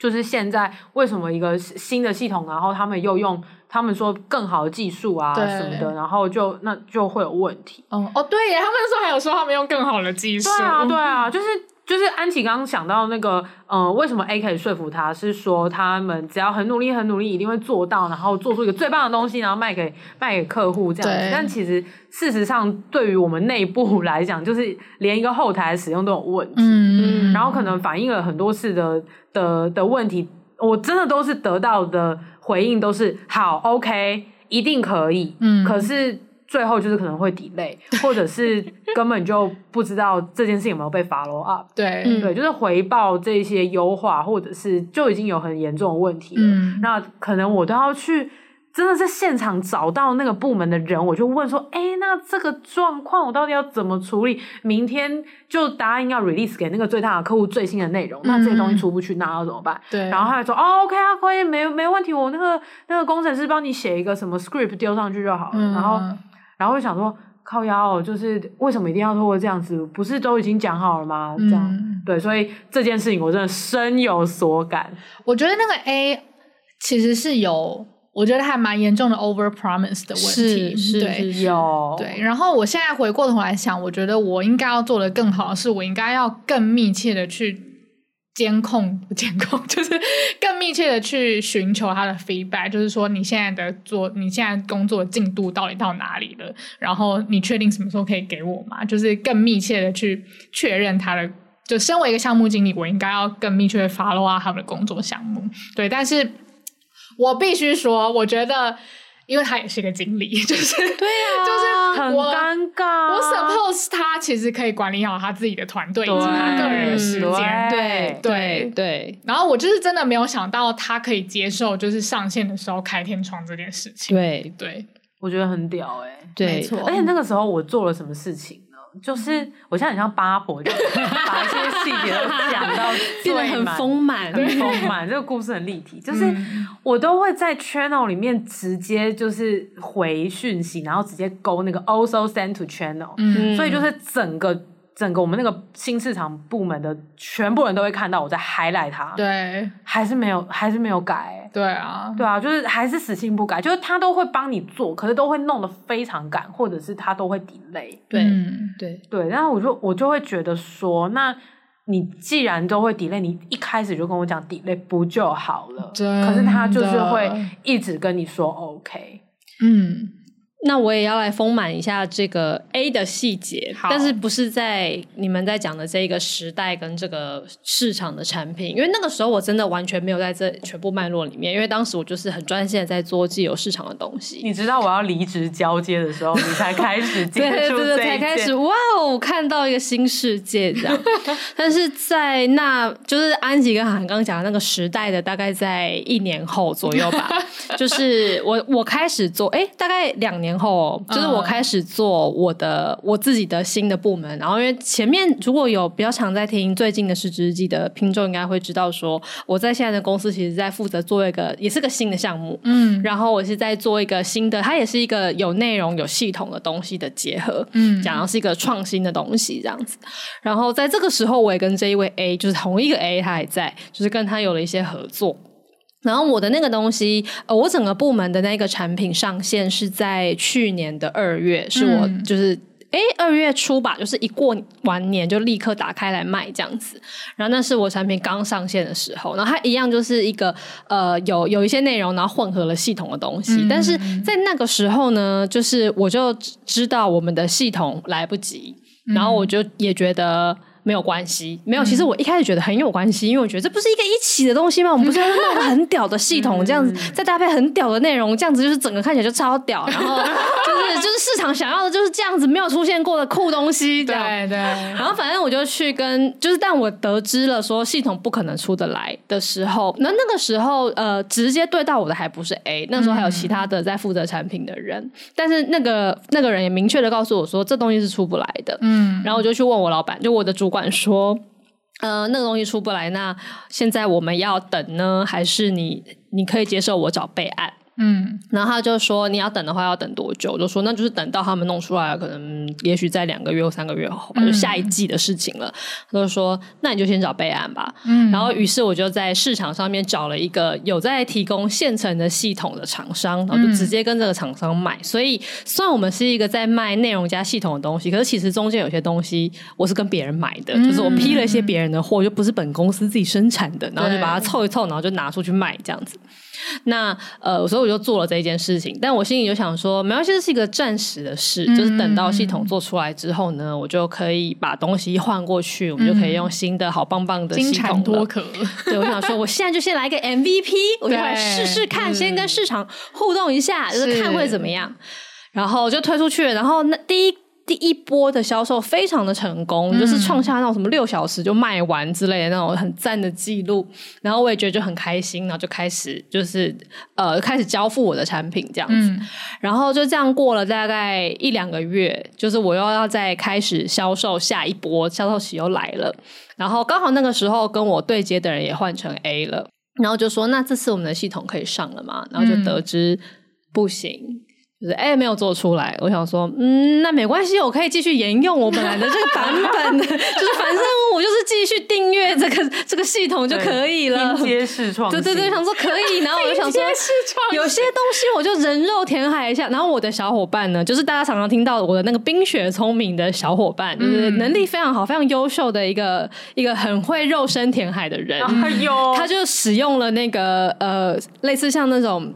就是现在为什么一个新新的系统，然后他们又用他们说更好的技术啊
对
什么的，然后就那就会有问题。
哦哦，对耶，他们那时候还有说他们用更好的技术，
对啊，对啊，就是就是安琪刚刚想到那个，呃，为什么 A 可以说服他，是说他们只要很努力、很努力，一定会做到，然后做出一个最棒的东西，然后卖给卖给客户这样子
对。
但其实事实上，对于我们内部来讲，就是连一个后台的使用都有问题，
嗯，嗯，
然后可能反映了很多次的的的问题，我真的都是得到的回应都是好，OK，一定可以，
嗯
可是最后就是可能会 delay，或者
*laughs*
是根本就不知道这件事有没有被 follow up，
对，
嗯
对，就是回报这些优化，或者是就已经有很严重的问题了，
嗯，
那可能我都要去。真的在现场找到那个部门的人，我就问说：“哎、那这个状况我到底要怎么处理？明天就答应要 release 给那个最大的客户最新的内容，那这些东西出不去，那要怎么办？”
嗯对，
然后他就说：“哦，OK 啊，可以，没没问题，我那个那个工程师帮你写一个什么 script 丢上去就好了。
嗯，
然后然后我就想说：“靠腰哦，就是为什么一定要透过这样子？不是都已经讲好了吗？这样、
嗯
对，所以这件事情我真的深有所感。
我觉得那个 A 其实是有，我觉得还蛮严重的 over promise 的问题，
是是
对
是
有
对，然后我现在回过头来想，我觉得我应该要做的更好的是，我应该要更密切的去监控，不监控 *laughs* 就是更密切的去寻求他的 feedback，就是说你现在的做，你现在工作的进度到底到哪里了？然后你确定什么时候可以给我吗？就是更密切的去确认他的。就身为一个项目经理，我应该要更密切的 follow 啊他们的工作项目。对，但是我必须说，我觉得，因为他也是个经理， *laughs* 就是对啊，就是
很
我
尴尬。啊
我 suppose 他其及实可以管理好他自己的团队以
对
及他个人的时间，
对
对
对对
然后我就是真的没有想到他可以接受，就是上线的时候开天窗这件事情。
对
对
我觉得很屌哎、
对，
没错
嗯
而且那个时候我做了什么事情呢？就是我现在很像八婆，
*laughs*
就把一些细节都讲到
变得
最
很
满
丰满，
很丰满，这个故事很立
*laughs*
体。就是
嗯
我都会在 channel 里面直接就是回讯息，然后直接勾那个 also send to channel，、
嗯
所以就是整个整个我们那个新市场部门的全部人都会看到我在 highlight 它，
对
还是没有还是没有改欸、
对啊，
对啊，就是还是死性不改，就是他都会帮你做，可是都会弄得非常赶，或者是他都会 delay。
对
嗯
对
对，然后我就我就会觉得说，那你既然都会 delay，你一开始就跟我讲 delay 不就好了？
真的
可是他就是会一直跟你说 OK。
嗯，
那我也要来丰满一下这个 A 的细节，
好
但是不是在你们在讲的这个时代跟这个市场的产品？因为那个时候我真的完全没有在这全部脉络里面，因为当时我就是很专心的在做既有市场的东西。
你知道我要离职交接的时候，你才开
*laughs*
始接 *laughs*
对
触
对
这
对，
一
才开
件
始哇哦，看到一个新世界
*laughs*
这样。但是在那就是安吉跟韩刚讲的那个时代的，大概在一年后左右
*laughs*
吧。就是我我开始做，哎、大概两年后哦，就是
嗯
我开始做我的、我自己的新的部门。然后因为前面如果有比较常在听最近的失职日记的听众，应该会知道说，我在现在的公司其实在负责做一个也是个新的项目，
嗯
然后我是在做一个新的，它也是一个有内容、有系统的东西的结合，
嗯
讲的是一个创新的东西这样子。然后在这个时候，我也跟这一位 A，就是同一个 A，他还在，就是跟他有了一些合作。然后我的那个东西，呃，我整个部门的那个产品上线是在去年的二月，是我
嗯
就是。诶二月初吧，就是一过完年就立刻打开来卖这样子。然后那是我产品刚上线的时候，然后它一样就是一个呃有有一些内容，然后混合了系统的东西。
嗯
但是在那个时候呢，就是我就知道我们的系统来不及，然
嗯
后我就也觉得。没有关系，没有。其实我一开始觉得很有关系，因为我觉得这不是一个一起的东西吗？我们不是要弄个很屌的系
嗯
统，这样子再搭配很屌的内容，这样子就是整个看起来就超屌，然后就是就是市场想要的就是这样子没有出现过的酷东西，这样
对对，
然后反正我就去跟，就是但我得知了说系统不可能出得来的时候，那那个时候呃，直接对到我的还不是 A，那时候还有其他的在负责产品的人，但是那个那个人也明确的告诉我说这东西是出不来的，
嗯，
然后我就去问我老板，就我的主管说，呃，那个东西出不来，那现在我们要等呢，还是你你可以接受我找备案？
嗯
然后他就说你要等的话要等多久？我就说那就是等到他们弄出来，可能嗯也许在两个月或三个月后吧，就下一季的事情了。他就说那你就先找备案吧。
嗯，
然后于是我就在市场上面找了一个有在提供现成的系统的厂商，然后就直接跟这个厂商买。所以虽然我们是一个在卖内容加系统的东西，可是其实中间有些东西我是跟别人买的，就是我批了一些别人的货，就不是本公司自己生产的，然后就把它凑一凑，然后就拿出去卖这样子。那呃，所以我就做了这一件事情，但我心里就想说，没关系，这是一个暂时的事，就是等到系
嗯
统做出来之后呢，我就可以把东西换过去，我们就可以用新的好棒棒的
嗯金
系
蝉
统
脱
了。
壳，
对，我想说，我现在就先来一个 MVP，我就来试试看，先跟市场互动一下，就是看会怎么样。然后就推出去了，然后那第一。第一波的销售非常的成功，就是创下那种什么六小时就卖完之类的那种很赞的记录，然后我也觉得就很开心，然后就开始就是呃开始交付我的产品这样子，
嗯
然后就这样过了大概一两个月，就是我又要再开始销售下一波，销售期又来了。然后刚好那个时候跟我对接的人也换成 A 了，然后就说那这次我们的系统可以上了吗？然后就得知不行。就是哎、没有做出来。我想说，嗯，那没关系，我可以继续沿用我本来的这个版本， *laughs* 就是反正我就是继续订阅这个这个系统就可以了。
拼接式创
对
新，
对对，想说可以，然后我
*laughs*
就想说，嗯 *laughs* 有些东西我就人肉填海一下。然后我的小伙伴呢，就是大家常常听到我的那个冰雪聪明的小伙伴，就是能力非常好、非常优秀的一个一个很会肉身填海的人，
哎呦，
嗯他就使用了那个呃，类似像那种。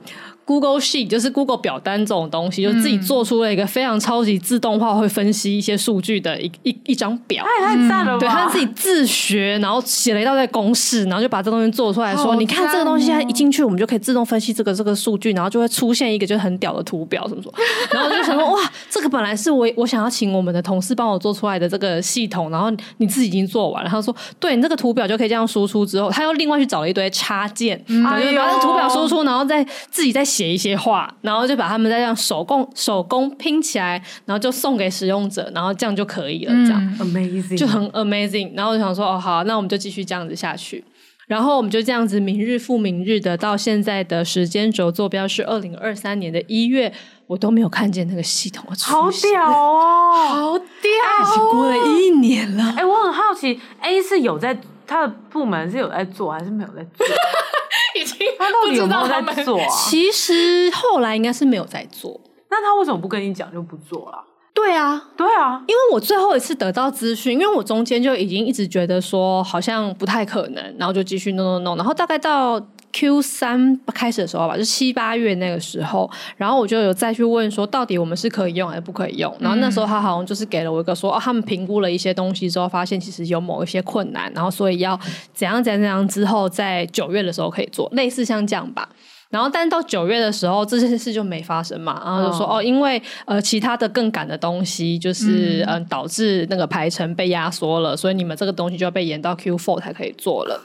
Google Sheet 就是 Google 表单这种东西，就自己做出了一个非常超级自动化，会分析一些数据的一一一张表。
太太赞了吧？
嗯对他自己自学，然后写了一大堆公式，然后就把这东西做出来说，
好
你看
赞
这个东西，它
哦
一进去我们就可以自动分析这个这个数据，然后就会出现一个就很屌的图表什么什么。
*laughs*
然后我就想说，哇，这个本来是我我想要请我们的同事帮我做出来的这个系统，然后你自己已经做完了。他说，对你这个图表就可以这样输出之后，他又另外去找了一堆插件，然后就把
哎
这
呦
个图表输出，然后再自己再写一些话，然后就把它们再这样手工手工拼起来，然后就送给使用者，然后这样就可以了，这样。
amazing，
就很 amazing。然后我就想说，哦，好，那我们就继续这样子下去。然后我们就这样子明日复明日的，到现在的时间轴坐标是二零二三年的一月，我都没有看见那个系统的
好
出现，
屌哦！
好屌、哦已经过了一年了。
哎、我很好奇，A 是有在他的部门是有在做，还是没有在
*laughs*
做？
已经
他到
不
底有
知
没
道
有
他们
在做啊？ *laughs*
其实后来应该是没有在做。
那他为什么不跟你讲就不做了？
对啊，
对啊，
因为我最后一次得到资讯，因为我中间就已经一直觉得说好像不太可能，然后就继续弄弄弄，然后大概到。Q 三开始的时候吧，就七八月那个时候，然后我就有再去问说，到底我们是可以用还是不可以用？然后那时候他好像就是给了我一个说，哦，他们评估了一些东西之后，发现其实有某一些困难，然后所以要怎样怎样怎样之后，在九月的时候可以做，类似像这样吧。然后，但到九月的时候，这件事就没发生嘛。然后就说哦，因为呃，其他的更赶的东西，就是嗯、呃导致那个排程被压缩了，所以你们这个东西就要被延到 Q four 才可以做了。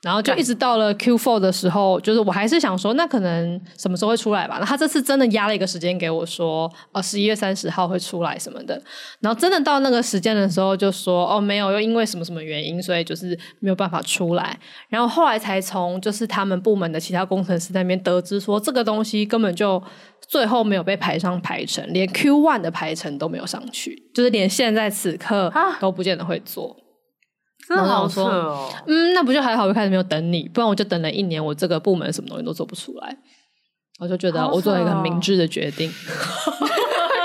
然后就一直到了 Q four 的时候，就是我还是想说，那可能什么时候会出来吧？那他这次真的压了一个时间给我说，呃，十一月三十号会出来什么的。然后真的到那个时间的时候，就说哦，没有，又因为什么什么原因，所以就是没有办法出来。然后后来才从就是他们部门的其他工程师那边得知说，这个东西根本就最后没有被排上排程，连 Q one 的排程都没有上去，就是连现在此刻
啊
都不见得会做。
真的
然后
好
我
扯
说
哦。
嗯，那不就还好？我一开始没有等你，不然我就等了一年，我这个部门什么东西都做不出来。我就觉得
好
我做了一个
扯哦
很明智的决定，
*laughs*
*laughs*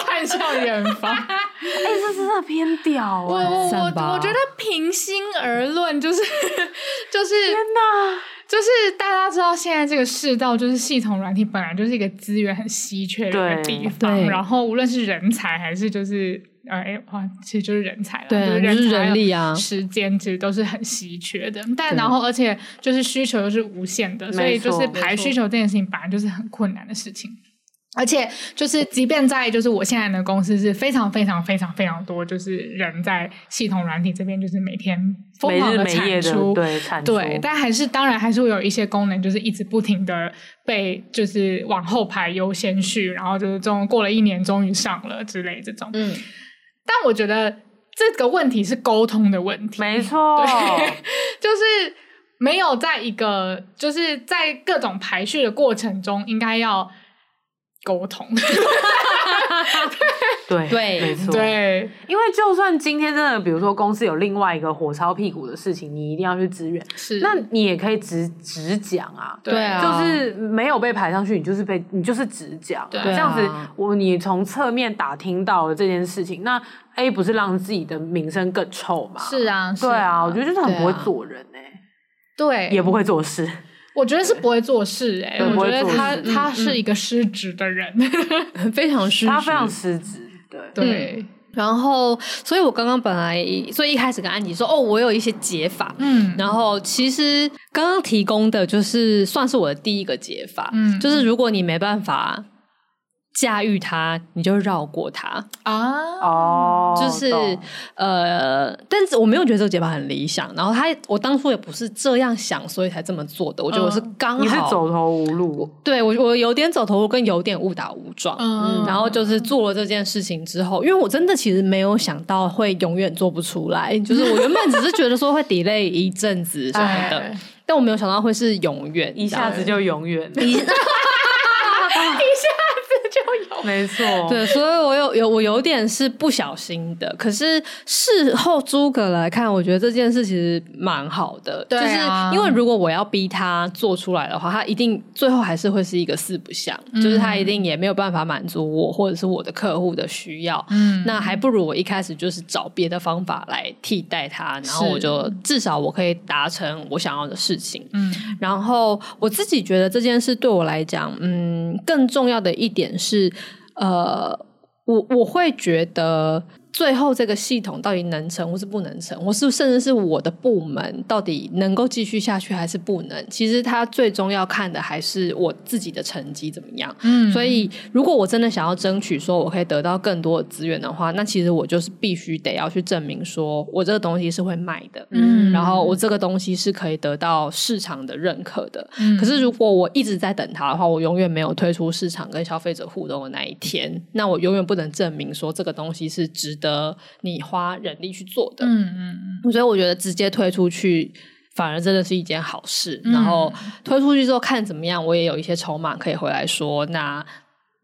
看向远方。
哎、这真的偏屌哦
我我我
散吧
我觉得平心而论，就是 *laughs* 就是
呐，
就是大家知道现在这个世道，就是系统软体本来就是一个资源很稀缺的一
对
个地方，
对
然后无论是人才还是就是呃哎哇，其实就是人才啦，
对啊
就是
就是
才
人力啊
时间其实都是很稀缺的。但
对
然后而且就是需求又是无限的，所以
没
就
错
是排需求这件事情本来就是很困难的事情。而且就是，即便在就是我现在的公司是非常非常非常非常多，就是人在系统软体这边就是每天疯
每
狂
日
地
每夜
产
的
出，
对产出，
对，但还是当然还是会有一些功能，就是一直不停的被就是往后排优先序，然后就是终过了一年终于上了之类这种。
嗯，
但我觉得这个问题是沟通的问题，
没错，
就是没有在一个就是在各种排序的过程中，应该要沟通。
对
对
没错，
对，
因为就算今天真的，比如说公司有另外一个火烧屁股的事情，你一定要去支援，
是
那你也可以直直讲啊。
对
对啊
就是没有被排上去，你就是被你就是直讲，
对啊
这样子我你从侧面打听到了这件事情，那 A 不是让自己的名声更臭吗？
是啊，是
对啊，我觉得就是很
对啊
不会做人哎、
对，
也不会做事，
我觉得是不会做事哎、
对不
我
会
觉得
做
他
事嗯
他是一个失职的人，
非常失
他非
职
常失职，对，
对，
然后，所以我刚刚本来，所以一开始跟安吉说，哦，我有一些解法。
嗯，
然后，其实刚刚提供的就是算是我的第一个解法，
嗯
就是如果你没办法驾驭它，你就绕过它。
啊，
哦，
就是
懂
呃，但是我没有觉得这个解法很理想。然后他，我当初也不是这样想，所以才这么做的。我觉得我是
嗯
刚好，
哦你是走投无路，
对我我有点走投无路，跟有点误打误撞。
嗯
然后就是做了这件事情之后，因为我真的其实没有想到会永远做不出来，就是我原本只是觉得说会 delay 一阵子什么
*laughs*
的，
哎
但我没有想到会是永远
一下子
这样
就永远，
*laughs*
没错，
哦
对，所以我有有我有点是不小心的，可是事后诸葛来看，我觉得这件事其实蛮好的，
对啊
就是因为如果我要逼他做出来的话，他一定最后还是会是一个四不像，
嗯
就是他一定也没有办法满足我或者是我的客户的需要，
嗯
那还不如我一开始就是找别的方法来替代它，然后
是
我就至少我可以达成我想要的事情。
嗯
然后我自己觉得这件事对我来讲，嗯，更重要的一点是，呃，我我会觉得最后这个系统到底能成或是不能成，或是甚至是我的部门到底能够继续下去还是不能，其实它最终要看的还是我自己的成绩怎么样。
嗯
所以，如果我真的想要争取说我可以得到更多的资源的话，那其实我就是必须得要去证明说我这个东西是会卖的，
嗯
然后我这个东西是可以得到市场的认可的。
嗯
可是如果我一直在等它的话，我永远没有推出市场跟消费者互动的那一天，那我永远不能证明说这个东西是值得你花人力去做的。
嗯嗯
所以我觉得直接推出去。反而真的是一件好事，
嗯
然后推出去之后看怎么样，我也有一些筹码可以回来说，那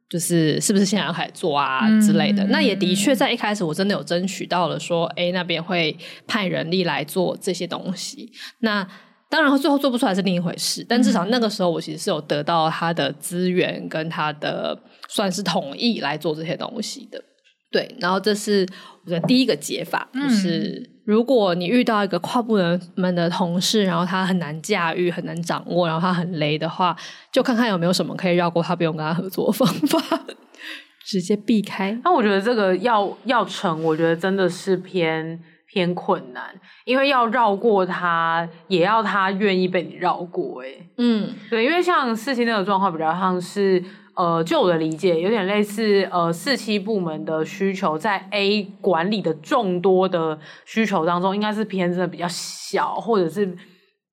就是是不是现在要开始做啊、
嗯
之类的。那也的确在一开始我真的有争取到了说，哎那边会派人力来做这些东西。那当然最后做不出来是另一回事，但至少那个时候我其实是有得到他的资源跟他的算是同意来做这些东西的。对，然后这是我的第一个解法，就是、如果你遇到一个跨部门的同事，然后他很难驾驭、很难掌握，然后他很雷的话，就看看有没有什么可以绕过他，不用跟他合作的方法， *laughs* 直接避开。
那我觉得这个要要成，我觉得真的是偏偏困难，因为要绕过他，也要他愿意被你绕过、欸。
嗯，
对，因为像四期那个状况比较像是，呃，就我的理解，有点类似呃四期部门的需求，在 A 管理的众多的需求当中，应该是偏真的比较小，或者是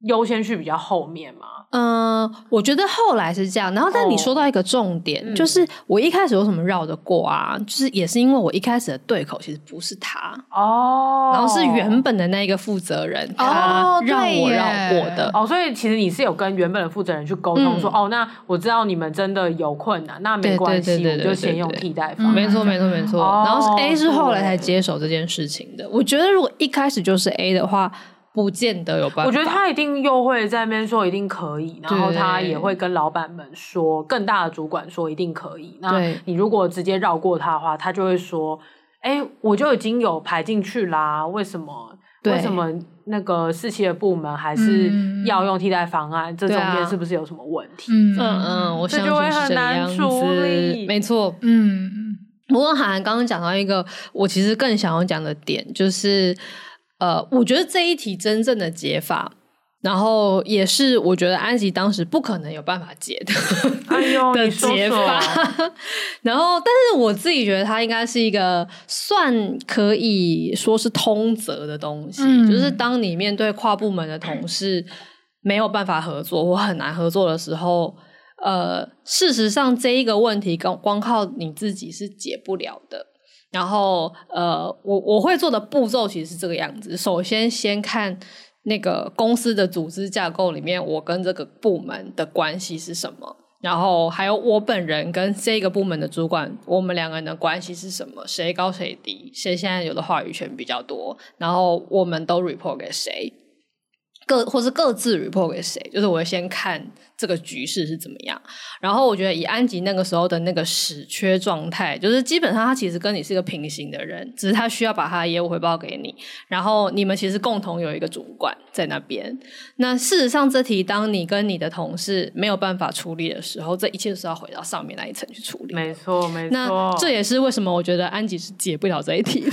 优先序比较后面嘛。
嗯，我觉得后来是这样。然后，但你
哦
说到一个重点，
嗯
就是我一开始为什么绕得过啊？就是也是因为我一开始的对口其实不是他，
哦
然后是原本的那一个负责人，他让
对
我
耶
绕过的。
哦，所以其实你是有跟原本的负责人去沟通说，哦，那我知道你们真的有困难，那
嗯对
没
对
关系，
对对
我
对
就
对
先用
对
替代
嗯
方案。
没错，没错，没错。
哦
然后是 A 是后来才
对
接手这件事情的。我觉得如果一开始就是 A 的话，不见得有办法。
我觉得他一定又会在那边说一定可以，然后他也会跟老板们说，更大的主管说一定可以。那
对
你如果直接绕过他的话，他就会说：“哎、我就已经有排进去啦，为什么？
对
为什么那个四期的部门还是
嗯
要用替代方案？这中
对啊
间是不是有什么问题？”
嗯
嗯嗯，我
这
相
就会
信是
很
这个
难
样
处
子
理。
没错，
嗯
不过韩寒刚刚讲到一个，我其实更想要讲的点，就是呃，我觉得这一题真正的解法，然后也是我觉得安吉当时不可能有办法解的。 *laughs*
哎呦，
的
你说
解
说
法，然后，但是我自己觉得它应该是一个算可以说是通则的东西，
嗯
就是当你面对跨部门的同事没有办法合作或很难合作的时候，呃，事实上这一个问题光光靠你自己是解不了的。然后，呃，我我会做的步骤其实是这个样子：首先先看那个公司的组织架构里面，我跟这个部门的关系是什么。然后还有我本人跟这个部门的主管，我们两个人的关系是什么？谁高谁低？谁现在有的话语权比较多？然后我们都 report 给谁？各或是各自 report 给谁？就是我会先看这个局势是怎么样。然后我觉得以安吉那个时候的那个死缺状态，就是基本上他其实跟你是一个平行的人，只是他需要把他的业务回报给你，然后你们其实共同有一个主管在那边。那事实上，这题当你跟你的同事没有办法处理的时候，这一切都是要回到上面那一层去处理。
没错，没
那
错。哎
这也是为什么我觉得安吉是解不了这一题的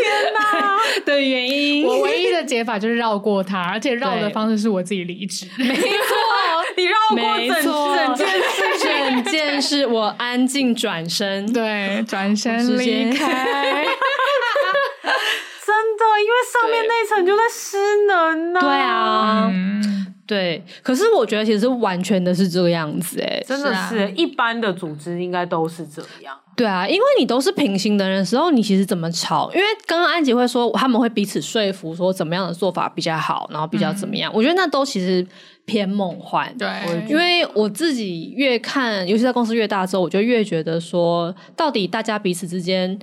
天哪！
*laughs* 的
*laughs*
原因。
嗯我唯一的解法就是绕过他，而且绕的
对
方式是我自己离职。
*laughs*
你绕过
没
整
错
整件事情，
整件事我安静转身，
对，转
直
身
接
离开。
真的，因为上面
对
那一层就在失能呢、
对啊，
嗯，
对。可是我觉得其实完全的是这个样子、欸，
真的
是啊
是、一般的组织应该都是这样。
对啊，因为你都是平行的人的时候，你其实怎么吵？因为刚刚安吉会说他们会彼此说服，说怎么样的做法比较好，然后比较怎么样。我觉得那都其实偏梦幻。
对，
因为我自己越看，尤其在公司越大之后，我就越觉得说，到底大家彼此之间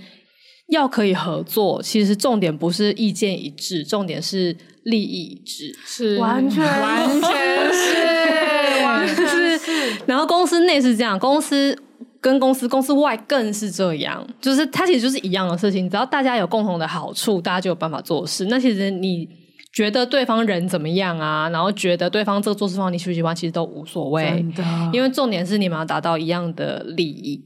要可以合作，其实重点不是意见一致，重点是利益一致。
是
完全
完全是
完 *laughs* 全
是
是
然后公司内是这样，公司跟公司公司外更是这样，就是它其实就是一样的事情，只要大家有共同的好处，大家就有办法做事。那其实你。觉得对方人怎么样啊？然后觉得对方这个做事方你喜不喜欢，其实都无所谓。
的，
因为重点是你们要达到一样的利益。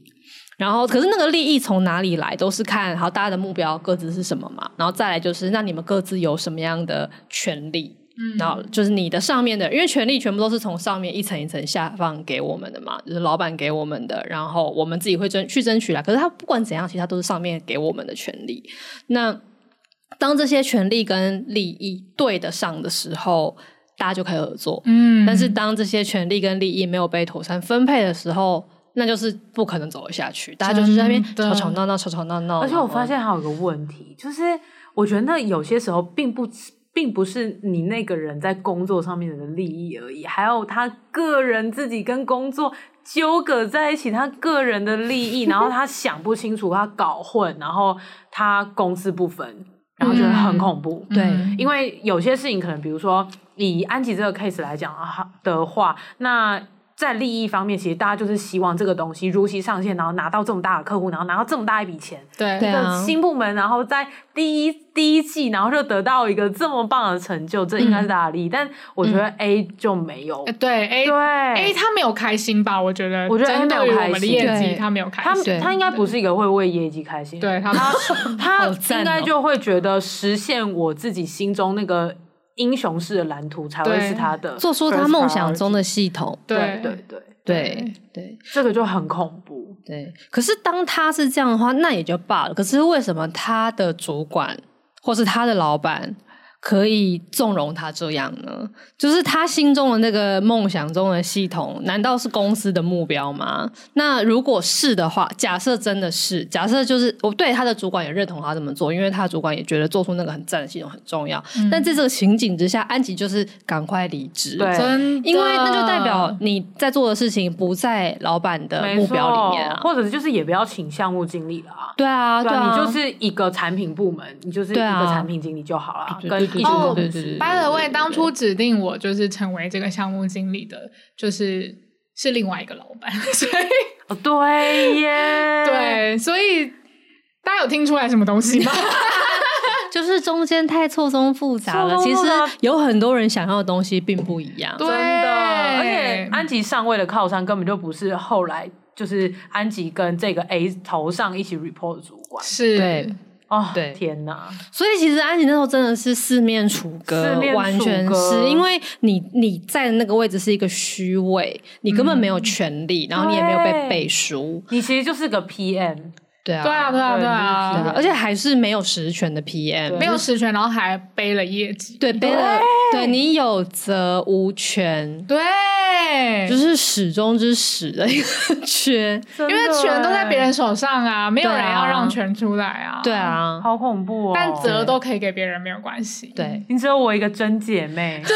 然后，可是那个利益从哪里来，都是看好大家的目标各自是什么嘛。然后再来就是，那你们各自有什么样的权利？嗯，然后就是你的上面的，因为权利全部都是从上面一层一层下放给我们的嘛，就是老板给我们的，然后我们自己会争去争取啦。可是他不管怎样，其实他都是上面给我们的权利。那当这些权利跟利益对得上的时候，大家就可以合作。
嗯，
但是当这些权利跟利益没有被妥善分配的时候，那就是不可能走得下去。大家就是在那边
真的
吵吵闹闹，吵吵闹闹。
而且我发
然后，
现还有一个问题，就是我觉得那有些时候并不并不是你那个人在工作上面的利益而已，还有他个人自己跟工作纠葛在一起，他个人的利益，然后他想不清楚，他搞混，然后他公私不分，然后就会很恐怖。
对
嗯
因为有些事情可能，比如说以安吉这个 case 来讲啊的话，那在利益方面，其实大家就是希望这个东西如期上线，然后拿到这么大的客户，然后拿到这么大一笔钱，
对
对
一个
啊
新部门，然后在第一第一季，然后就得到一个这么棒的成就，这应该是大家的利益。但我觉得 A 就没有，
嗯呃对 A
对
A 他没有开心吧？我觉得，
我觉得 A
针对于
没有
我
开
们的
心
业绩，
对
他没有开
他
心。
对
他应该不是一个会为业绩开心，
对他
他他
*laughs* 好赞哦
应该就会觉得实现我自己心中那个英雄式的蓝图才会
对
是他的
做出他
first
梦想中
priority
的系统。
对
对
*laughs* 对对，
对对
这个就很恐怖。
对，可是当他是这样的话，那也就罢了。可是为什么他的主管或是他的老板可以纵容他这样呢？就是他心中的那个梦想中的系统，难道是公司的目标吗？那如果是的话，假设真的是，假设就是我对他的主管也认同他这么做，因为他的主管也觉得做出那个很赞的系统很重要。
嗯
但在这个情景之下，安吉就是赶快离职。
对
真的，
因为那就代表你在做的事情不在老板的
没
目
错
标里面啊，
或者是就是也不要请项目经理了啊。
对啊，
对
对
啊，
啊，
你就是一个产品部门，你就是一
对
个
啊
产品经理就好了，
对
跟
对
一
对
群
哦
公
对
司
对对对对
By the way，当初指定我就是成为这个项目经理的，就是是另外一个老板， *laughs* 所
*laughs*
以
哦对耶，
对，所以大家有听出来什么东
*laughs*
西吗？
就是中间太错综复杂了。
错综
其
复
实
杂
有很多人想要的东西并不一样。
对
真的，而且安吉上位的靠山根本就不是后来就是安吉跟这个 A 头上一起 report 的主管
是，
对
哦，
对
天哪，
所以其实安琪那时候真的是四面楚
四
歌，
面楚歌
完全是因为你你在的那个位置是一个虚位，你根本没有权利，然后你也没有被
对
背书。
你其实就是个 PM，
对啊，
对啊，对啊，
对
对
对啊
啊，
而且还是没有实权的 PM，
没有实权，然后还背了业绩，
对背了，对你有责无权。
对，
就是始终之始的一个缺，
因为权都在别人手上啊，没有人要让权出来啊，
哎对，啊，
好恐怖哦，
但责都可以给别人，没有关系，
对，
你只有我一个真姐妹，
你是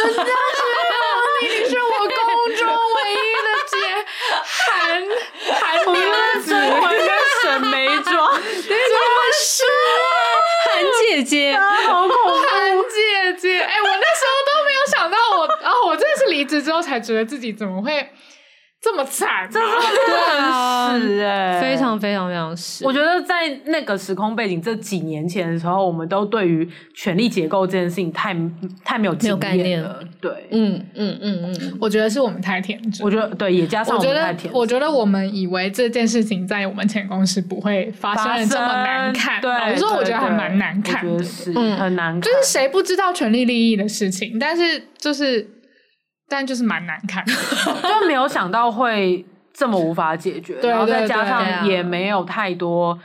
我宫中唯一的 *laughs* 姐，韩韩
*laughs* 我们
娘
的
子，
甄嬛跟沈眉庄， *laughs*
韩姐姐，
好恐怖，
韩姐姐。哎、我那时候都没有想到我，哦，我真的是离职之后才觉得自己怎么会这么惨、啊，
对啊，
是哎，
非常非常非常是，
我觉得在那个时空背景，这几年前的时候，我们都对于权力结构这件事情太太没有经
没有概念
了。对，
嗯嗯嗯嗯，
我觉得是我们太天真
我。觉得对，也加上
我
我
觉
们太
得
甜，，
我觉得我们以为这件事情在我们前公司不会发生得这么难看，
对，
老实说我觉得还
对
蛮难看
我觉
的
得。是
嗯
很难看，
就是谁不知道权利利益的事情，但是就是，但就是蛮难看的。
就没有想到会这么无法解决，
对
然后再
对
加
对
对啊
上也没有太多。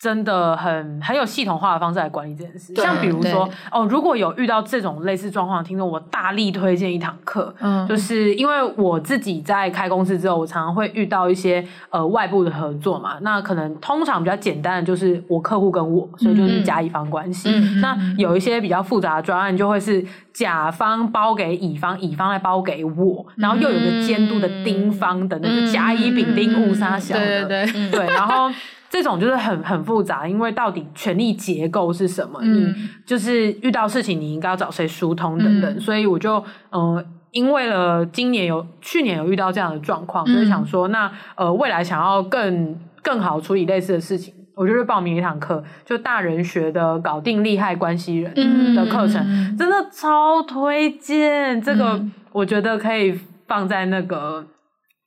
真的很很有系统化的方式来管理这件事，
对
像比如说
对
哦，如果有遇到这种类似状况的听众，我大力推荐一堂课，
嗯
就是因为我自己在开公司之后，我常常会遇到一些呃外部的合作嘛，那可能通常比较简单的就是我客户跟我，所以就是
嗯
甲乙方关系，
嗯
那有一些比较复杂的专案，就会是甲方包给乙方，乙方来包给我，然后又有一个监督的丁方等等，就甲乙丙丁戊三小的，
嗯对对
对然后。这种就是很很复杂，因为到底权力结构是什么？你就是遇到事情，你应该要找谁疏通等等。
嗯
所以我就嗯、呃因为了今年有去年有遇到这样的状况，
嗯
所以想说，那呃未来想要更更好处理类似的事情，我就去报名一堂课，就大人学的搞定利害关系人
嗯嗯
的课程，真的超推荐。这个我觉得可以放在那个。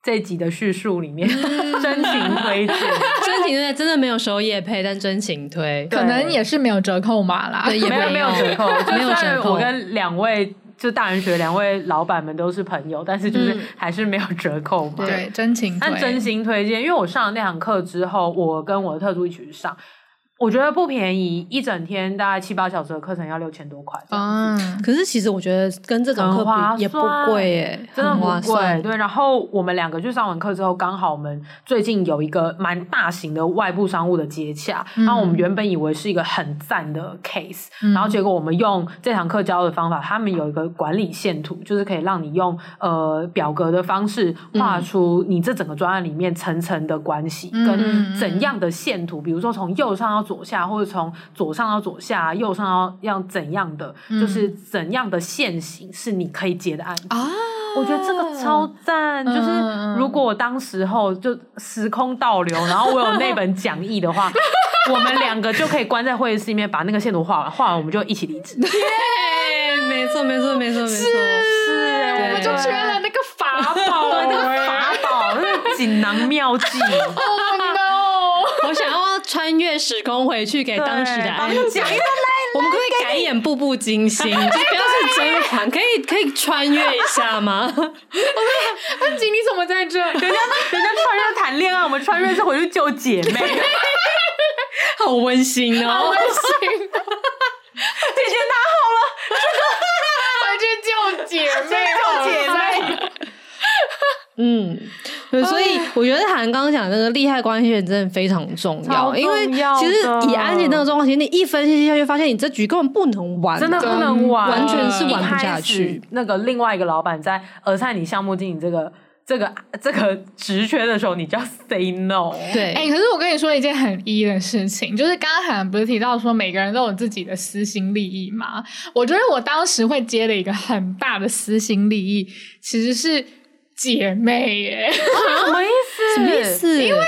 这集的叙述里面，
嗯
*laughs* 真情推荐，
真情推真的没有收叶配，但真情推，
对
可能也是没有折扣码啦。
对，也
没有没有折扣，就
没有
虽然
折扣
我跟两位就大人学两位老板们都是朋友，但是就是
嗯
还是没有折扣嘛。
对，真情
但
对
真心推荐，因为我上了那堂课之后，我跟我的特助一起去上，我觉得不便宜，一整天大概七八小时的课程要六千多块这
哦
样子。
嗯，
可是其实我觉得跟这种
很
课
划
比也不
算
贵耶，
真的
很
不
划
贵，
算，
对。然后我们两个去上完课之后，刚好我们最近有一个蛮大型的外部商务的接洽，
嗯
然后我们原本以为是一个很赞的 case，、然后
嗯
结果我们用这堂课教的方法，他们有一个管理线图，就是可以让你用呃表格的方式画出你这整个专案里面层层的关系、
嗯
跟怎样的线图，比如说从右上到左下，或者从左上到左下，右
嗯
上到要怎样的，就是怎样的线型是你可以接的案子。
啊，
我觉得这个超赞，就是如果我当时候就时空倒流，然后我有那本讲义 *laughs* 的话，我们两个就可以关在会议室里面把那个线图画完，画完我们就一起离职。
哎，没错，没错，没错，没错。
是哎，
我们就缺了那个法宝、
对
欸，
那个法宝，那个锦囊妙计，
Oh no！
我想要穿越时空回去给当时
*laughs*
的
对
安
帮你
讲。我们可不可以改演《步步惊心》，就不要是甄嬛，可以可以穿越一下吗？ *laughs*
安吉，你怎么在这？
人家人家穿越谈恋爱，我们穿越是回去救姐 *laughs* 妹，
好温馨
好
哦
温！馨，
姐姐拿好了。
回去救姐妹，啊
救姐妹
嗯，对，
哎
所以我觉得韩刚刚讲那个利害关系人真的非常重要，
超重要的
因为其实以安姐那个状况，其实你一分析下去，发现你这局根本不能玩，
真的不能玩，
完全是玩不
一
下
开
去
始。那个另外一个老板在俄菜你项目经理这个这个这个职缺的时候，你就要 say no。
对，
哎、可是我跟你说一件很一的事情，就是刚刚韩不是提到说每个人都有自己的私心利益吗？我觉得我当时会接了一个很大的私心利益，其实是姐妹耶。 *laughs*
什么意思？
什么意？思？因为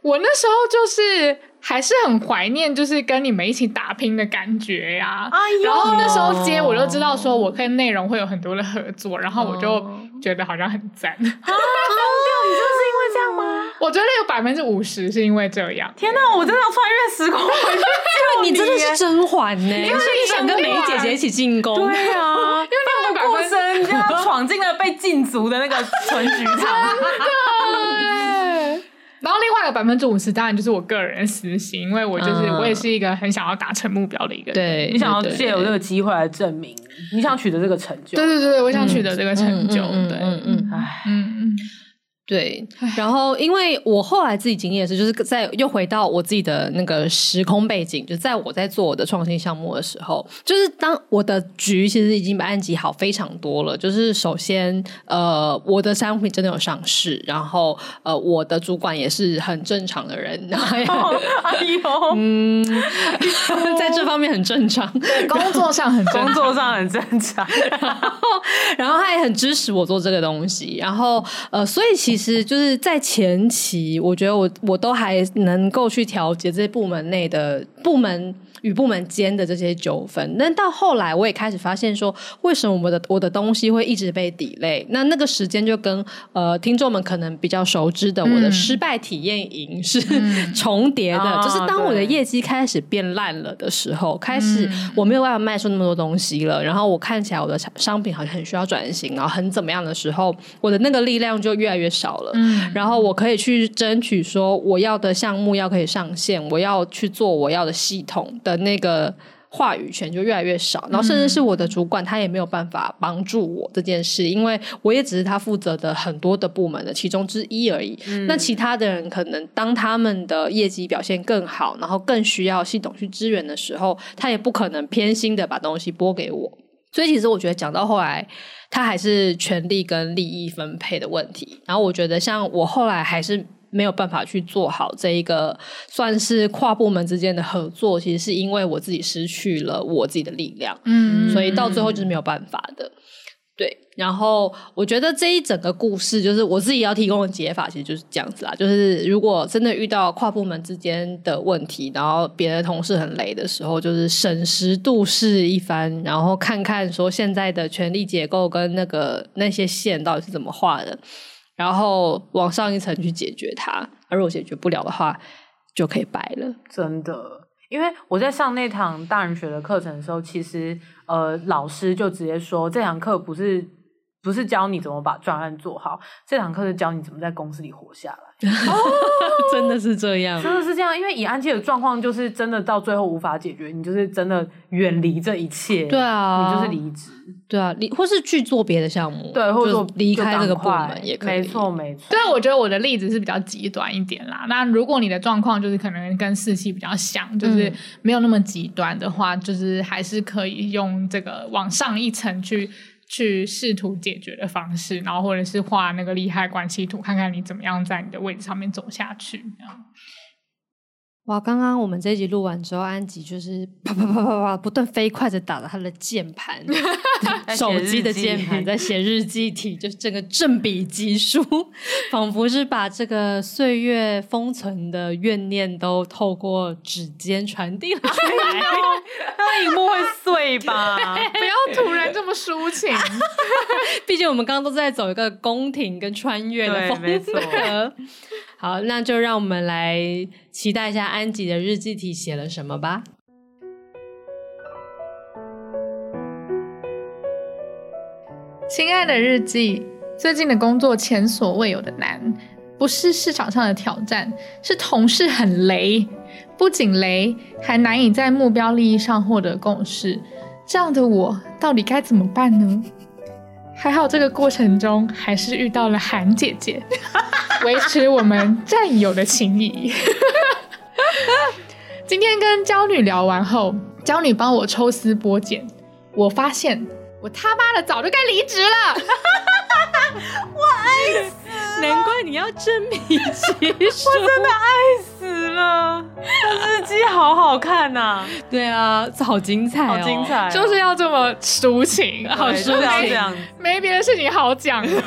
我那时候就是还是很怀念，就是跟你们一起打拼的感觉呀、
哎呦哦
然后那时候接，我就知道说我跟内容会有很多的合作，然后我就觉得好像很赞。
你就是因为这样吗？
我觉得有百分之五十是因为这
*laughs*
样。
天哪，我真的要穿越时空回去救
啊你真的是甄嬛呢，
为
所以你想跟梅姐姐一起进宫。
对
*laughs*
啊，
因为
奋不
你们
顾
百分之
身，就要闯进了被禁足的那个存局
*laughs*
场。
对。然后另外的百分之五十当然就是我个人的私心，因为我就是、
嗯
我也是一个很想要达成目标的一个人。
对，
你想要
对对
借由这个机会来证明你想取得这个成就
对。对对对，我想取得这个成就。
嗯嗯
对，
嗯
嗯
嗯嗯
唉，
嗯
对，然后因为我后来自己经历的是，就是在又回到我自己的那个时空背景，就在我在做我的创新项目的时候，就是当我的局其实已经比安吉好非常多了。就是首先，呃，我的商品真的有上市，然后呃，我的主管也是很正常的人，然后也
*laughs* 哎呦，
*laughs* 嗯在这方面很正常。
嗯，工作上很
工
工作，
作上很正常。
然后他也很支持我做这个东西。然后呃，所以其实就是在前期，我觉得我我都还能够去调节这些部门内的部门。与部门间的这些纠纷，但到后来我也开始发现说，为什么我的我的东西会一直被抵赖？那那个时间就跟呃听众们可能比较熟知的我的
嗯
失败体验营是、 *laughs* 重叠的，
啊
就是当我的
对
业业绩开始变烂了的时候，开始我没有办法卖出那么多东西了，然后我看起来我的商品好像很需要转型，然后很怎么样的时候，我的那个力量就越来越少了。
嗯
然后我可以去争取说我要的项目要可以上线，我要去做我要的系统的那个。话语权就越来越少，然后甚至是我的主管他也没有办法帮助我这件事，因为我也只是他负责的很多的部门的其中之一而已。
嗯
那其他的人可能当他们的业绩表现更好，然后更需要系统去支援的时候，他也不可能偏心的把东西拨给我。所以其实我觉得讲到后来，它还是权力跟利益分配的问题。然后我觉得像我后来还是没有办法去做好这一个算是跨部门之间的合作，其实是因为我自己失去了我自己的力量。
嗯
所以到最后就是没有办法的。对，然后我觉得这一整个故事，就是我自己要提供的解法，其实就是这样子啦。就是如果真的遇到跨部门之间的问题，然后别的同事很雷的时候，就是审时度势一番，然后看看说现在的权力结构跟那个那些线到底是怎么画的，然后往上一层去解决它。啊而如果解决不了的话，就可以掰了。 *laughs*
真的，因为我在上那堂大人学的课程的时候，其实呃，老师就直接说这堂课不是不是教你怎么把专案做好，这堂课是教你怎么在公司里活下来。
真的是
*laughs*
这样，
真的是这样，因为以安琪的状况，就是真的到最后无法解决，你就是真的远离这一切，
对啊，
你就是离职，
对啊，离或是去做别的项目，
对，或者
就
说
离开这个
就赶
部
快
门也可以。
没错，没
*laughs*
错，
*laughs* 对，我觉得我的例子是比较极端一点啦。那如果你的状况就是可能跟四期比较像，就是没有那么极端的话，就是还是可以用这个往上一层去去试图解决的方式，然后或者是画那个利害关系图，看看你怎么样在你的位置上面走下去。这样
哇，刚刚我们这一集录完之后，安吉就是啪啪啪啪啪不断飞快的打着他的键盘
*laughs* 在，写
手机的
日记
键盘在写日记体，就是整个正比级数， *laughs* 仿佛是把这个岁月封存的怨念都透过指尖传递了出来。
*laughs* 那荧幕会碎吧？
不要突然这么抒情。
毕竟我们刚刚都在走一个宫廷跟穿越的
对
风
没错
格。 *laughs* 好，那就让我们来期待一下安吉的日记体写了什么吧。
亲爱的日记，最近的工作前所未有的难，不是市场上的挑战，是同事很雷，不仅雷，还难以在目标利益上获得共识。这样的我到底该怎么办呢？还好这个过程中还是遇到了韩姐姐，维持我们战友的情谊。 *laughs* 今天跟娇女聊完后，娇女帮我抽丝剥茧，我发现我他妈的早就该离职了。 *laughs*
难怪你要真比级数，
死了，那日记好好看
*laughs*
呐、
*laughs* 对啊，好精彩、
好精彩、！哦
就是要这么抒情，
好舒服，这样子。
没别的事情好讲了。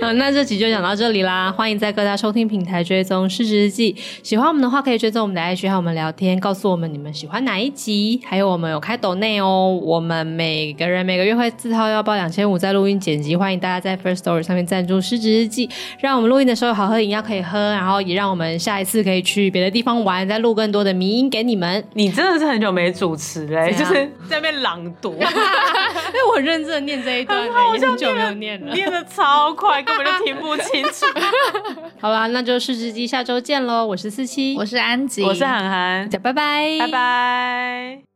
嗯，那这集就讲到这里啦。欢迎在各大收听平台追踪《失职日记》，喜欢我们的话可以追踪我们的 IG 和我们聊天，告诉我们你们喜欢哪一集。还有我们有开抖内哦，我们每个人每个月会自掏腰包两千五在录音剪辑，欢迎大家在 First Story 上面赞助《失职日记》，让我们录音的时候有好喝的饮料可以喝，然后也让我们下一次可以去别的地方玩，再录更多的迷音给你们。
你真的是很久没主持嘞、
怎
就是
样
在那边朗
*laughs*
读，
因哎为我很认真的念这一段，也很久没有念了。
念的超快，根本就听不清
*laughs*
楚。
好啦，那就《失职日记》下周见喽！我是四七，
我是安吉，
我是涵涵，
拜拜，
拜。拜。